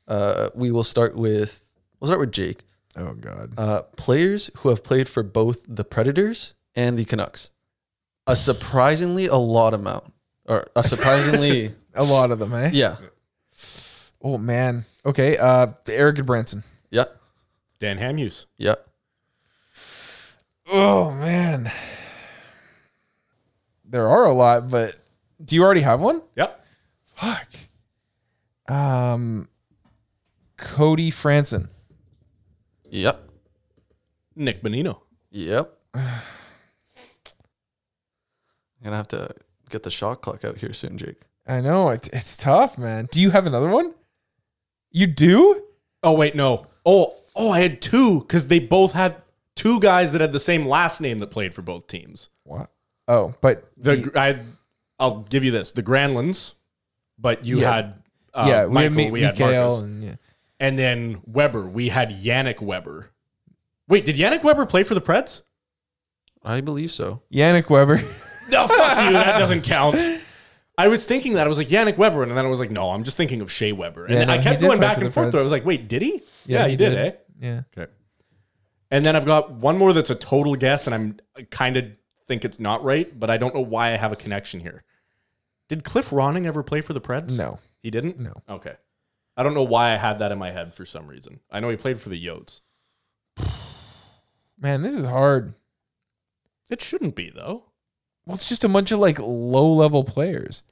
F: Uh, we will start with we'll start with Jake.
D: oh, God.
F: Uh, players who have played for both the Predators and the Canucks. A surprisingly a lot amount or a surprisingly
D: A lot of them, eh?
F: yeah.
D: Oh, man. Okay. Uh, Eric Branson.
F: Yeah.
E: Dan Hamhuis,
F: Yeah.
D: Oh, man. there are a lot, but do you already have one?
E: Yep.
D: Fuck. Um, Cody Franson.
F: Yep.
E: Nick Bonino.
F: Yep. I'm gonna have to get the shot clock out here soon, Jake.
D: I know it, it's tough, man. Do you have another one? You do?
E: Oh wait, no. Oh, oh, I had two because they both had two guys that had the same last name that played for both teams.
D: What? Oh, but
E: The gr I, I'll give you this: the Granlunds, but you
D: Yeah.
E: had uh,
D: yeah,
E: Michael,
D: we had, Mi-
E: we had
D: Mikael
E: Marcus, and-,
D: and yeah.
E: then Weber. We had Yannick Weber. Wait, did Yannick Weber play for the Preds?
F: I believe so.
D: Yannick Weber.
E: No, fuck you. That doesn't count. I was thinking that I was like Yannick Weber, and then I was like, no, I'm just thinking of Shea Weber. And
D: Yeah,
E: then
D: no,
E: I
D: he
E: kept
D: did
E: going
D: play
E: back
D: for
E: and
D: the
E: forth. though.
D: Preds.
E: I was like, wait, did he? eh?
D: Yeah.
E: Okay. And then I've got one more that's a total guess, and I'm I kind of think it's not right, but I don't know why I have a connection here. Did Cliff Ronning ever play for the Preds?
D: No.
E: he didn't.
D: No.
E: Okay. I don't know why I had that in my head for some reason. I know he played for the Yotes.
D: Man, this is hard.
E: It shouldn't be though.
D: Well, it's just a bunch of like low level players.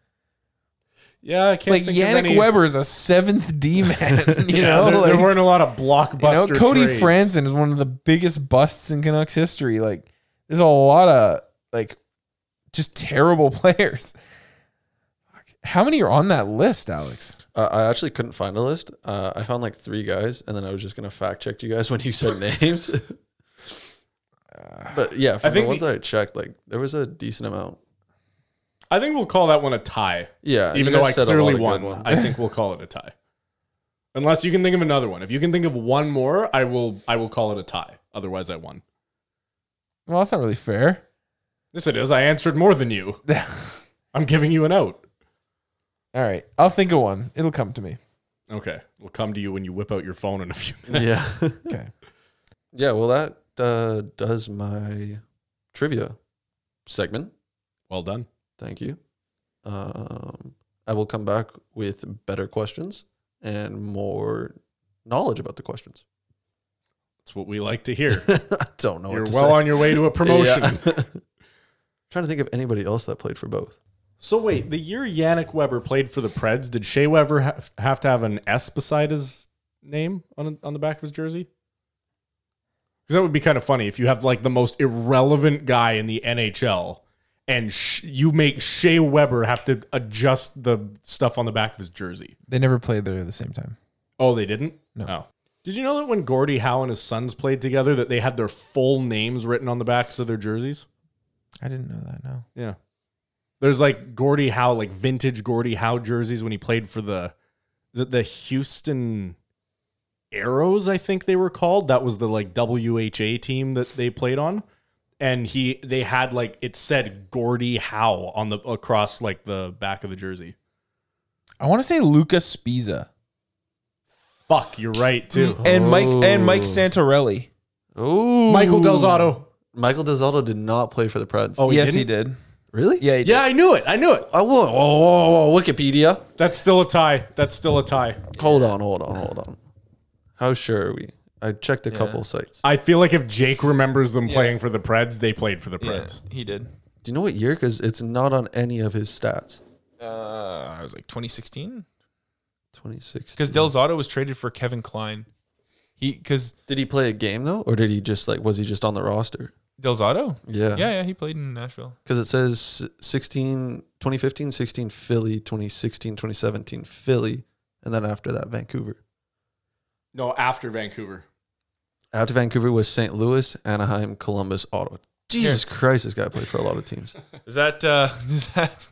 E: Yeah, I can't.
D: Like
E: think
D: Yannick
E: of any,
D: Weber is a seventh D man. You
E: Yeah,
D: know,
E: there,
D: like,
E: there weren't a lot of
D: you know,
E: blockbuster.
D: Cody
E: trades.
D: Franson is one of the biggest busts in Canucks history. Like, there's a lot of like just terrible players. How many are on that list, Alex?
F: Uh, I actually couldn't find a list. Uh, I found like three guys, and then I was just gonna fact check you guys when you said names. but yeah, from
E: think
F: the ones
E: the-
F: that I checked, like there was a decent amount.
E: I think we'll call that one a tie.
F: Yeah,
E: even
F: Uh, you
E: though
F: guys
E: I
F: said a lot
E: clearly
F: of good
E: won,
F: ones.
E: I think we'll call it a tie. Unless you can think of another one. If you can think of one more, I will. I will call it a tie. Otherwise, I won.
D: Well, that's not really fair.
E: Yes, it is. I answered more than you. I'm giving you an out.
D: All right, I'll think of one. It'll come to me.
E: Okay, we'll come to you when you whip out your phone in a few minutes.
F: yeah,
D: Okay.
F: yeah. Well, that uh, does my trivia segment.
E: Well done.
F: Thank you. Um, I will come back with better questions and more knowledge about the questions.
E: That's what we like to hear.
F: I don't know.
E: You're
F: what to
E: well
F: say.
E: on your way to a promotion.
F: Trying to think of anybody else that played for both.
E: So wait, the year Yannick Weber played for the Preds, did Shea Weber have, have to have an S beside his name on on the back of his jersey? Because that would be kind of funny if you have like the most irrelevant guy in the NHL, and sh- you make Shea Weber have to adjust the stuff on the back of his jersey.
D: They never played there at the same time.
E: Oh, they didn't.
D: No.
E: Oh. Did you know that when Gordie Howe and his sons played together, that they had their full names written on the backs of their jerseys?
D: I didn't know that. No.
E: Yeah. There's like Gordie Howe, like vintage Gordie Howe jerseys when he played for the is it the Houston Arrows, I think they were called. That was the like WHA team that they played on. And he they had like it said Gordie Howe on the across like the back of the jersey.
D: I want to say Luca Spiza
E: Fuck, you're right too.
D: and Mike and Mike Santorelli.
F: Oh,
E: Michael Delzato.
F: Michael Delzato did not play for the Preds.
E: Oh, he
D: yes,
E: didn't?
D: he did.
F: really?
D: Yeah, he did.
E: Yeah, I knew it. I knew it.
F: Oh, whoa, whoa, whoa, whoa, Wikipedia.
E: That's still a tie. That's still a tie.
F: Hold on, hold on, hold on. How sure are we? I checked a couple sites.
E: I feel like if Jake remembers them playing for the Preds, they played for the
D: Yeah,
E: Preds.
D: he did.
F: Do you know what year? Because it's not on any of his stats.
D: Uh, I was like 2016
F: 2016.
D: because Delzato was traded for Kevin Klein. He because
F: Did he play a game though, or did he just like was he just on the roster?
D: Delzato.
F: Yeah.
D: Yeah, yeah, he played in Nashville.
F: Because it says 16, 2015, 16 Philly, 2016, 2017 Philly, and then after that Vancouver.
E: No, after Vancouver.
F: After Vancouver was St. Louis, Anaheim, Columbus, Ottawa. Jesus Christ, this guy played for a lot of teams.
D: Is that uh is that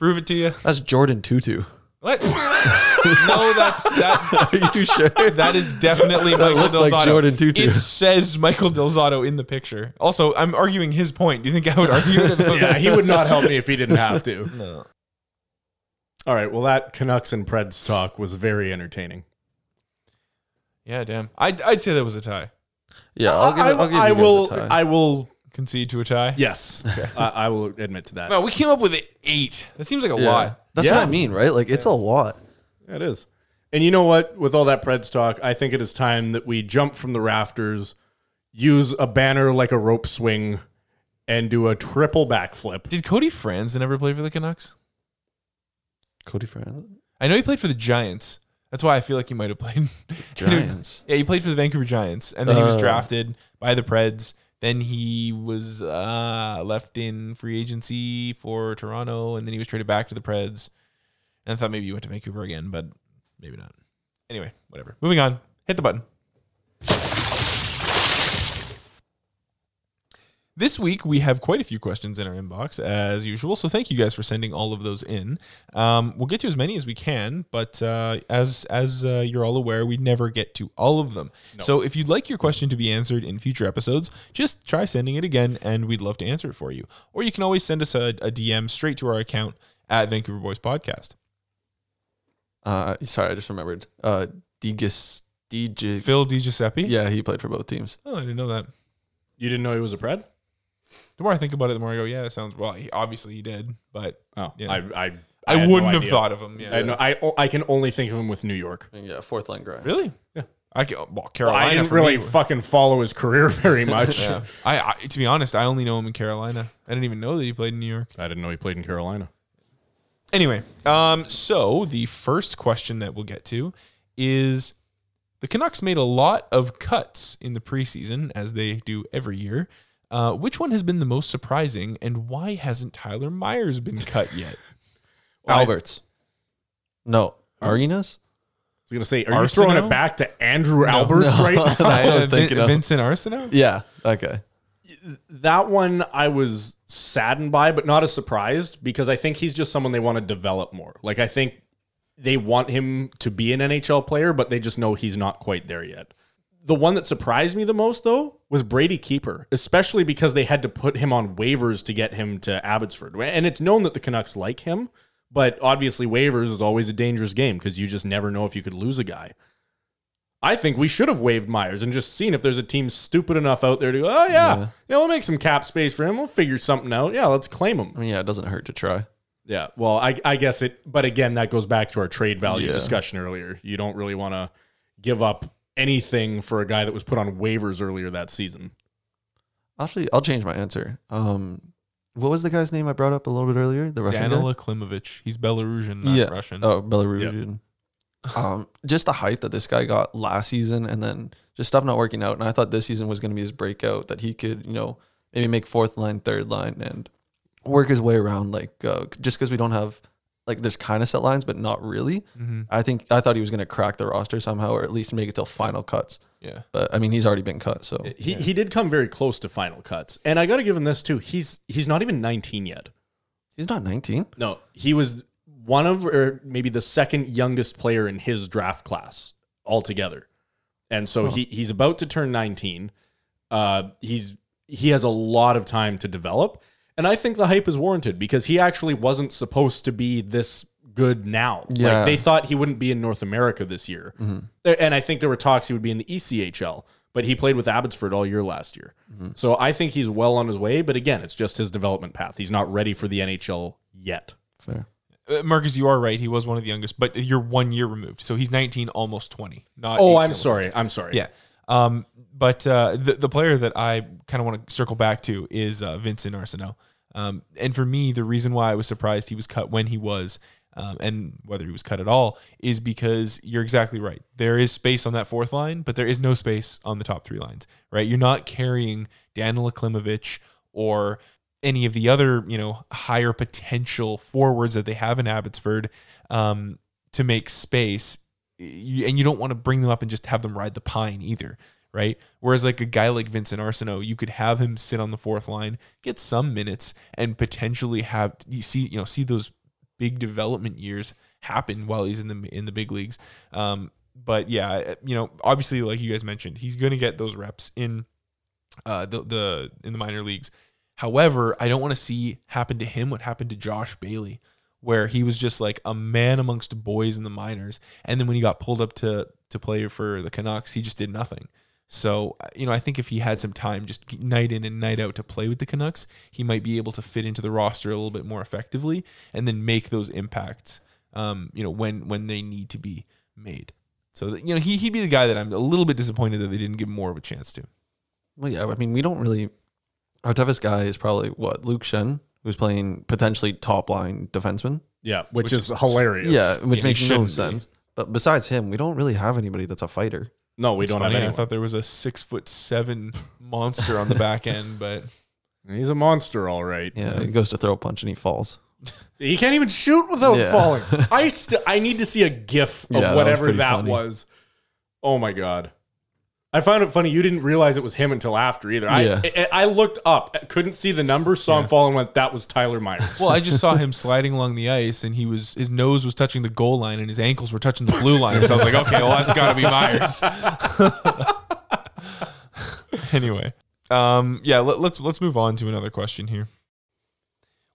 D: prove it to you?
F: That's Jordan Tutu.
D: What? no, that's that
F: Are you sure?
D: that is definitely Michael
F: looked
D: Delzato.
F: like Jordan Tutu.
D: It says Michael Delzato in the picture. Also, I'm arguing his point. Do you think I would argue it? about
E: Oh, yeah,
D: that?
E: he would not help me if he didn't have to. All right. Well, that Canucks and Preds talk was very entertaining.
D: Yeah, damn. I'd, I'd say that was a tie.
F: yeah, I'll give,
E: I,
F: it, I'll give you
E: I
F: guys
E: will.
F: a tie.
E: I will.
D: Concede to a tie.
E: Yes, I, I will admit to that.
D: No, we came up with eight. That seems like a
F: Yeah.
D: lot.
F: That's
E: Yeah.
F: what I mean, right? Like, it's a lot.
E: It is. And you know what? With all that Preds talk, I think it is time that we jump from the rafters, use a banner like a rope swing, and do a triple backflip.
D: Did Cody Franzen ever play for the Canucks?
F: Cody Franz.
D: I know he played for the Giants. That's why I feel like he might have played
F: Giants.
D: yeah, he played for the Vancouver Giants, and then he was
F: Oh.
D: drafted by the Preds. Then he was uh, left in free agency for Toronto, and then he was traded back to the Preds. And I thought maybe he went to Vancouver again, but maybe not. Anyway, whatever. Moving on. Hit the button. This week we have quite a few questions in our inbox as usual, so thank you guys for sending all of those in. Um, we'll get to as many as we can, but uh, as as uh, you're all aware, we never get to all of them. So if you'd like your question to be answered in future episodes, just try sending it again, and we'd love to answer it for you. Or you can always send us a, a DM straight to our account at Vancouver Boys Podcast.
F: Uh, sorry, I just remembered. Uh, Degas, DJ.
D: Phil DiGiuseppe.
F: Yeah, he played for both teams.
D: Oh, I didn't know that.
E: You didn't know he was a Pred?
D: The more I think about it, the more I go, yeah, that sounds well. He, obviously, he did, but
E: Oh,
D: Yeah.
E: I I, I,
D: I,
E: had no
D: wouldn't have
E: idea.
D: thought of him. Yeah.
E: I, know, I I can only think of him with New York.
F: And yeah, fourth line grind.
D: Really? Yeah. I can, well,
E: Well,
D: Carolina.
E: I didn't
D: for
E: really
D: me.
E: fucking follow his career very much.
D: Yeah. I, I to be honest, I only know him in Carolina. I didn't even know that he played in New York.
E: I didn't know he played in Carolina.
D: Anyway, um, so the first question that we'll get to is the Canucks made a lot of cuts in the preseason, as they do every year. Uh, which one has been the most surprising, and why hasn't Tyler Myers been cut yet?
F: Alberts. No, Arenas.
E: I was gonna say, are you
D: Arsenault?
E: throwing it back to Andrew Alberts
F: No.
E: right now?
F: That's what I was
D: Uh, Vin-
F: thinking of.
D: Vincent Arsenault?
F: Yeah, that guy.
E: That one I was saddened by, but not as surprised because I think he's just someone they want to develop more. Like I think they want him to be an NHL player, but they just know he's not quite there yet. The one that surprised me the most though was Brady Keeper, especially because they had to put him on waivers to get him to Abbotsford. And it's known that the Canucks like him, but obviously waivers is always a dangerous game because you just never know if you could lose a guy. I think we should have waived Myers and just seen if there's a team stupid enough out there to go, oh, yeah, yeah, we'll make some cap space for him. We'll figure something out. Yeah, let's claim him.
F: I mean, yeah, it doesn't hurt to try.
E: Yeah. Well, I, I guess it, but again, that goes back to our trade value
F: Yeah.
E: discussion earlier. You don't really want to give up anything for a guy that was put on waivers earlier that season.
F: Actually, I'll change my answer. Um, what was the guy's name I brought up a little bit earlier? The Russian guy?
D: Danila Klimovich. He's Belarusian, not
F: yeah.
D: Russian.
F: Oh, Belarusian. um, just the hype that this guy got last season, and then just stuff not working out. And I thought this season was going to be his breakout that he could, you know, maybe make fourth line, third line, and work his way around. Like uh, just because we don't have like there's kind of set lines, but not really. I think I thought he was going to crack the roster somehow, or at least make it till final cuts.
D: Yeah.
F: But I mean, he's already been cut, so
E: He, he did come very close to final cuts. And I got to give him this too. He's, he's not even 19 yet.
F: he's not 19.
E: No, he was one of, or maybe the second youngest player in his draft class altogether. And so he he's about to turn 19. Uh, he's he has a lot of time to develop, and I think the hype is warranted because he actually wasn't supposed to be this good now.
F: Yeah.
E: Like they thought he wouldn't be in North America this year, There- and I think there were talks he would be in the E ECHL. But he played with Abbotsford all year last year. So I think he's well on his way. But again, it's just his development path. He's not ready for the NHL yet.
F: Fair.
D: Uh, Marcus, you are right. He was one of the youngest, but you're one year removed, so he's 19, almost 20. Not
E: Oh,
D: 18.
E: I'm sorry. I'm sorry.
D: Uh, Yeah. Um, but uh, the the player that I kind of want to circle back to is uh, Vincent Arsenault. Um, and for me, the reason why I was surprised he was cut when he was, um, and whether he was cut at all, is because you're exactly right. There is space on that fourth line, but there is no space on the top three lines. Right? You're not carrying Danila Klimovich or any of the other you know higher potential forwards that they have in Abbotsford um, to make space you, and you don't want to bring them up and just have them ride the pine either, right? Whereas like a guy like Vincent Arsenault, you could have him sit on the fourth line, get some minutes, and potentially have you see you know see those big development years happen while he's in the in the big leagues. Um, but yeah, you know, obviously, like you guys mentioned, he's going to get those reps in uh, the the in the minor leagues. However, I don't want to see happen to him what happened to Josh Bailey, where he was just like a man amongst boys in the minors, and then when he got pulled up to to play for the Canucks, he just did nothing. So uh, you know, I think if he had some time, just night in and night out to play with the Canucks, he might be able to fit into the roster a little bit more effectively, and then make those impacts. Um, you know, when when they need to be made. So that- you know, he he'd be the guy that I'm a little bit disappointed that they didn't give more of a chance to.
F: Well, yeah, I mean, we don't really Our toughest guy is probably what Luke Shen, who's playing potentially top line defenseman.
E: Yeah, which, is, hilarious.
F: Yeah, which
D: Yeah, he
F: makes no
D: shouldn't be.
F: sense. But besides him, we don't really have anybody that's a fighter.
E: No, we don't
D: Funny,
E: have
D: I
E: anyone.
D: thought there was a six foot seven monster on the back end, but
E: He's a monster, all right.
F: Yeah, he goes to throw a punch and he falls.
E: He can't even shoot without
F: Yeah.
E: falling. I st- I need to see a gif of
F: Yeah, that was
E: whatever that,
F: pretty funny.
E: was. Oh my god. I found it funny. You didn't realize it was him until after either. I
F: Yeah.
E: I, I looked up, couldn't see the number, saw him fall and went, "That was Tyler Myers."
D: well, I just saw him sliding along the ice, and he was his nose was touching the goal line, and his ankles were touching the blue line. So I was like, okay, well, that's got to be Myers. anyway, um, yeah, let, let's let's move on to another question here.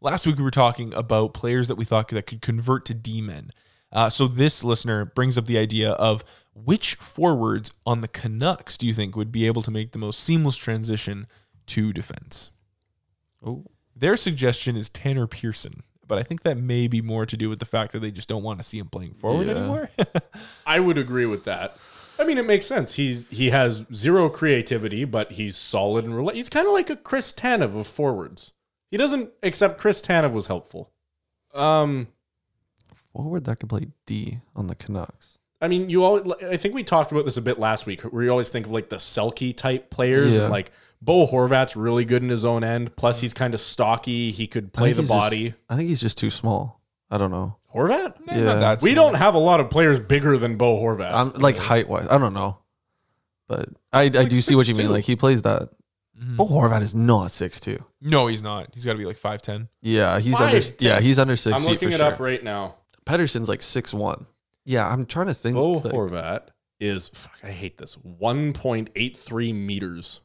D: Last week we were talking about players that we thought that could convert to D-men. Uh, so this listener brings up the idea of which forwards on the Canucks do you think would be able to make the most seamless transition to defense?
F: Oh,
D: Their suggestion is Tanner Pearson, but I think that may be more to do with the fact that they just don't want to see him playing forward
F: Yeah.
D: anymore.
E: I would agree with that. I mean, it makes sense. He's he has zero creativity, but he's solid and rela- he's kind of like a Chris Tanev of forwards. He doesn't, except Chris Tanev was helpful. Um,
F: forward that can play D on the Canucks.
E: I mean, you always. I think we talked about this a bit last week, where you always think of like the Selkie type players.
F: Yeah.
E: Like Bo Horvat's really good in his own end. Plus, he's kind of stocky. He could
F: I
E: play
F: think
E: the
F: he's just-
E: body.
F: I think he's just too small. I don't know.
E: Horvat.
D: He's not
F: Yeah.
D: that
E: We
D: small.
E: don't have a lot of players bigger than Bo Horvat.
F: I'm like height wise. I don't know, but I, I do see what you mean.
D: 6'2".
F: Like he plays that.
E: Mm-hmm.
F: But Horvat is not six two.
D: No, he's not. He's got to be like five ten.
F: Yeah, he's
E: Five
F: under.
E: ten.
F: Yeah, he's under six.
E: I'm
F: feet
E: looking
F: for
E: it
F: sure.
E: up right now.
F: Pedersen's like six one. Yeah, I'm trying to think.
E: Bo
F: like,
E: Horvat is. Fuck, I hate this. 1.83 meters.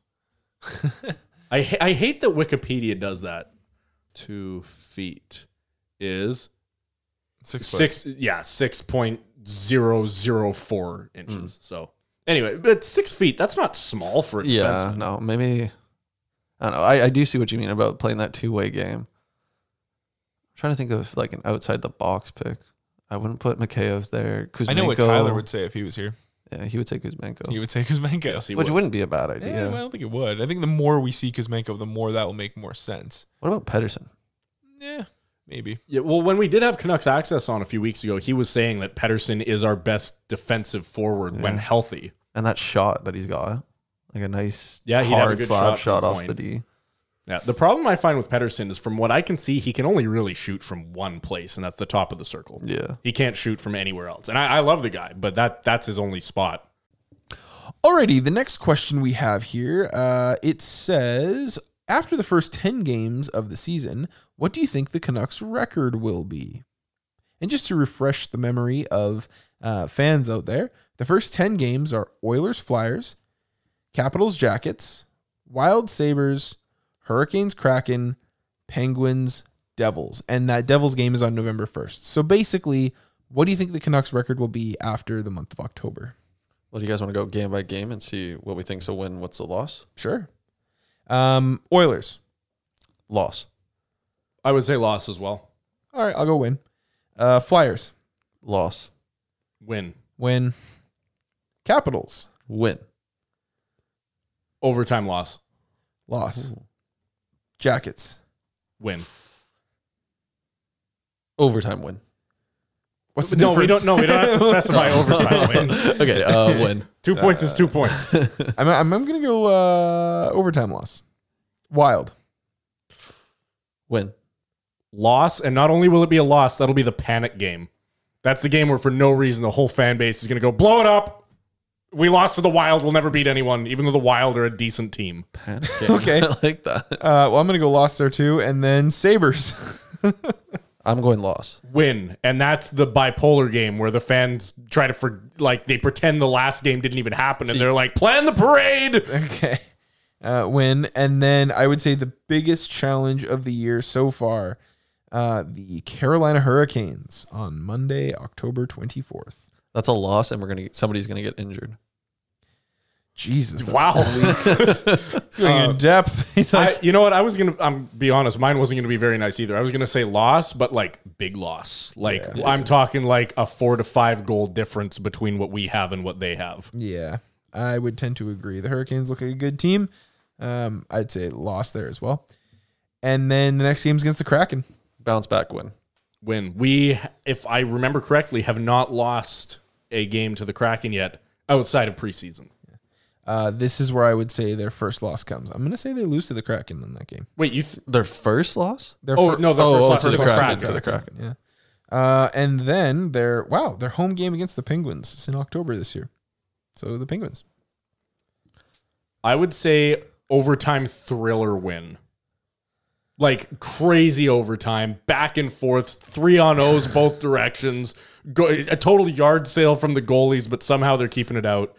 E: I ha- I hate that Wikipedia does that. Two feet is
D: Six. foot.
E: six yeah six point zero zero four inches
F: Hmm.
E: so anyway but six feet that's not small for a
F: Yeah,
E: defenseman.
F: no, maybe. I don't know. I, I do see what you mean about playing that two way game. I'm trying to think of like an outside the box pick. I wouldn't put Mikheyev there. Kuzmenko,
D: I know what Tyler would say if he was here.
F: Yeah, he would say Kuzmenko,
D: He would say Kuzmenko.
E: Yes, he
F: which
E: would.
F: would. not be a bad idea.
D: Yeah, well, I don't think it would. I think the more we see Kuzmenko, the more that will make more sense.
F: What about Pedersen?
D: Yeah, maybe.
E: Yeah, well when we did have canucks access on a few weeks ago he was saying that pedersen is our best defensive forward when healthy
F: And that shot that he's got, like a nice
E: Yeah, he'd have a
F: hard
E: good shot
F: slap shot,
E: from the
F: off
E: point.
F: the D.
E: yeah the problem i find with pedersen is from what i can see he can only really shoot from one place and that's the top of the circle
F: Yeah.
E: he can't shoot from anywhere else and i, I love the guy but that that's his only spot
D: Alrighty, the next question we have here. Uh, it says after the first ten games of the season, what do you think the Canucks' record will be? And just to refresh the memory of uh, fans out there, the first ten games are Oilers, Flyers, Capitals, Jackets, Wild Sabers, Hurricanes, Kraken, Penguins, Devils, and that Devils game is on November first. So basically, what do you think the Canucks' record will be after the month of October?
F: Well, do you guys want to go game by game and see what we think's a win, what's the loss?
D: Sure. Um, Oilers.
F: Loss.
E: i would say loss as well
D: All right, I'll go win. Uh, Flyers.
F: Loss.
E: win
D: Win. Capitals.
F: Win.
E: overtime loss
D: Loss. Jackets.
E: win
F: Overtime win.
D: What's the
E: no
D: difference?
E: we don't no we don't have to specify overtime win
F: okay, uh, win.
E: Two points is two
F: Uh,
E: points.
D: I'm, I'm, I'm gonna go uh, overtime loss. Wild.
F: Win.
E: loss, and not only will it be a loss, that'll be the panic game. That's the game where, for no reason, the whole fan base is going to go blow it up. We lost to the Wild. We'll never beat anyone, even though the Wild are a decent team.
F: Panic
D: Okay.
F: I like that.
D: Uh, well, I'm gonna go loss there too, and then Sabers.
F: I'm going loss.
E: Win, and that's the bipolar game where the fans try to for like they pretend the last game didn't even happen, and they're like, "Plan the parade."
D: okay. Uh, win, and then I would say the biggest challenge of the year so far, uh, the Carolina Hurricanes on Monday, October 24th.
F: That's a loss, and we're gonna get, somebody's gonna get injured.
D: Jesus, that's
E: Wow.
D: going in depth. He's like,
E: I, you know what? I was gonna. I'm be honest. Mine wasn't gonna be very nice either. I was gonna say loss, but like big loss. Like I'm talking like a four to five goal difference between what we have and what they have.
D: yeah, I would tend to agree. The Hurricanes look like a good team. Um, I'd say loss there as well. And then the next game's against the Kraken.
F: Bounce back win.
E: Win. We, if I remember correctly, have not lost a game to the Kraken yet outside of preseason.
D: Uh, this is where I would say their first loss comes. I'm gonna say they lose to the Kraken in that game.
E: Wait, you? Th-
F: Their first loss?
D: Their
E: oh
D: fir-
E: no, the
F: oh,
E: first
F: oh,
E: loss
F: to
E: was
F: the
E: the
F: Kraken,
E: Kraken.
F: to the Kraken.
D: Yeah. Uh, and then their wow, their home game against the Penguins is in October this year. So the Penguins.
E: I would say overtime thriller win. Like crazy overtime, back and forth, three on O's both directions, go, a total yard sale from the goalies, but somehow they're keeping it out.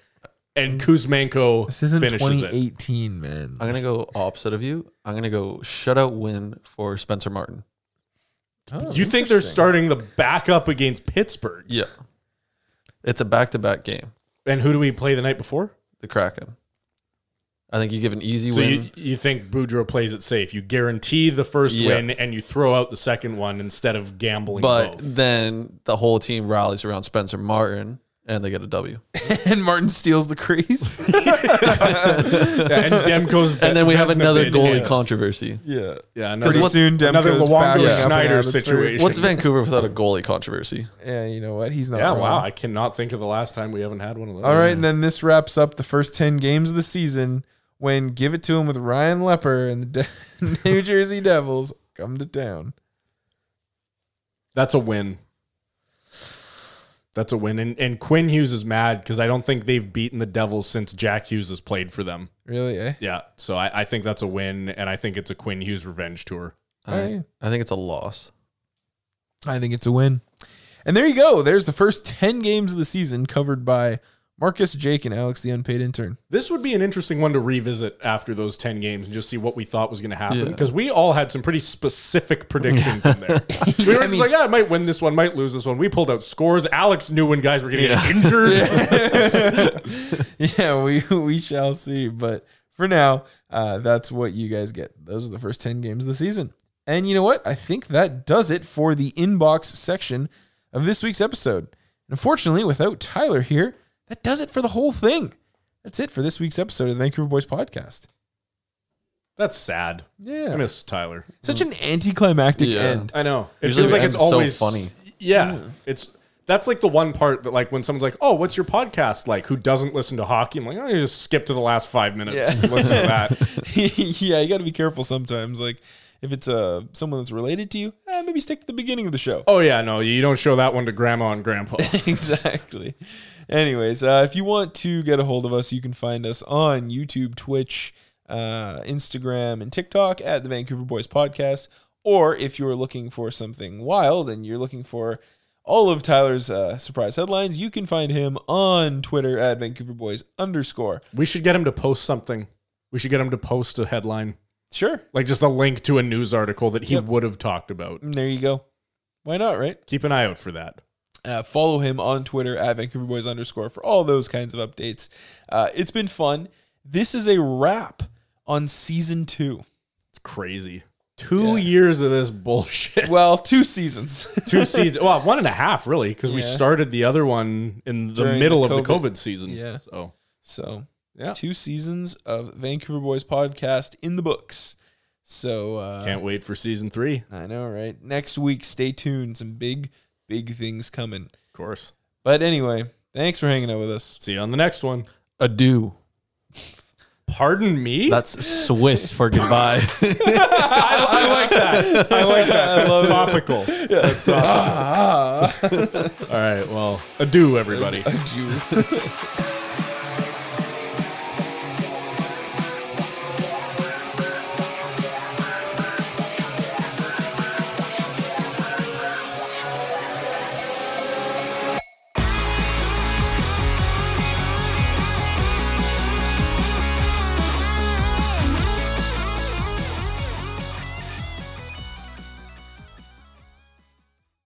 E: And Kuzmenko
D: This isn't
E: finishes it.
D: 2018, man.
F: I'm gonna go opposite of you. I'm gonna go shutout win for Spencer Martin.
D: Oh,
E: You think they're
D: interesting.
E: starting the backup against Pittsburgh?
F: Yeah. It's a back to back game.
E: And who do we play the night before?
F: The Kraken. I think you give an easy
E: So
F: win.
E: you, you think Boudreaux plays it safe? You guarantee the first
F: Yeah.
E: win and you throw out the second one instead of gambling
F: but
E: both.
F: then the whole team rallies around Spencer Martin and they get a W.
D: and Martin steals the crease.
E: and Demko's
F: And then we have
E: Vesna
F: another
E: bid
F: goalie
E: is-
F: controversy.
D: yeah.
E: Yeah, another
D: Pretty
E: one-
D: soon, Demko's
E: another
D: back
E: Luongo
D: up in
E: Schneider
D: Abbotsford.
E: situation.
F: What's Vancouver without a goalie controversy?
D: Yeah, Eh, you know what? He's not.
E: yeah,
D: wrong.
E: wow. I cannot think of the last time we haven't had one of those.
D: All right, and then this wraps up the first 10 games of the season when Give It To Him with Ryan Lepper and the De- New Jersey Devils come to town.
E: That's a win. That's a win. And and Quinn Hughes is mad because I don't think they've beaten the Devils since Jack Hughes has played for them.
D: Really, eh?
E: Yeah. So I, I think that's a win, and I think it's a Quinn Hughes revenge tour.
F: I, I think it's a loss.
D: I think it's a win. And there you go. There's the first 10 games of the season covered by Marcus, Jake, and Alex, the unpaid intern.
E: This would be an interesting one to revisit after those 10 games and just see what we thought was going to happen
F: Yeah.
E: because we all had some pretty specific predictions in there. We were
D: I
E: just
D: mean-
E: like, yeah, I might win this one, might lose this one. We pulled out scores. Alex knew when guys were going to get injured.
D: yeah, we, we shall see. But for now, uh, that's what you guys get. Those are the first 10 games of the season. And you know what? I think that does it for the inbox section of this week's episode. Unfortunately, without Tyler here, that does it for the whole thing. That's it for this week's episode of the Vancouver Boys Podcast.
E: That's sad.
D: Yeah.
E: I miss Tyler.
D: Such an anticlimactic
F: Yeah.
D: end.
E: I know. It
F: Usually
E: feels
F: the
E: like it's
F: end's so
E: always
F: funny.
E: Yeah, it's that's like the one part that like when someone's like, "Oh, what's your podcast like?" Who doesn't listen to hockey? I'm like, "Oh, you just skip to the last five minutes. and listen to that."
D: yeah, you got to be careful sometimes. Like if it's uh, someone that's related to you, eh, maybe stick to the beginning of the show.
E: Oh yeah, no, you don't show that one to grandma and grandpa.
D: exactly. Anyways, uh, if you want to get a hold of us, you can find us on YouTube, Twitch, uh, Instagram, and TikTok at the Vancouver Boys Podcast. Or if you're looking for something wild and you're looking for all of Tyler's uh, surprise headlines, you can find him on Twitter at Vancouver Boys underscore.
E: we should get him to post something. We should get him to post a headline,
D: Sure.
E: like just a link to a news article that he would have talked about.
D: There you go. Why not, right?
E: Keep an eye out for that.
D: Uh, follow him on Twitter at Vancouver Boys underscore for all those kinds of updates. Uh, it's been fun. This is a wrap on season two.
E: It's crazy. Two years of this bullshit.
D: Well, two seasons.
E: Two seasons. Well, one and a half really, because we
D: Yeah.
E: started the other one in the
D: During the
E: middle of the
D: COVID.
E: COVID season.
D: Yeah.
E: So.
D: so,
E: Yeah.
D: two seasons of Vancouver Boys podcast in the books. So, uh,
E: Can't wait for season three, of
D: I know, right? Next week, stay tuned. Some big, big things coming.
E: course.
D: But anyway, thanks for hanging out with us.
E: See you on the next one.
F: Adieu.
E: Pardon me?
F: That's Swiss for goodbye.
E: I, I like that. I like that. That's topical. That's topical. All right. Well, adieu, everybody.
D: Adieu.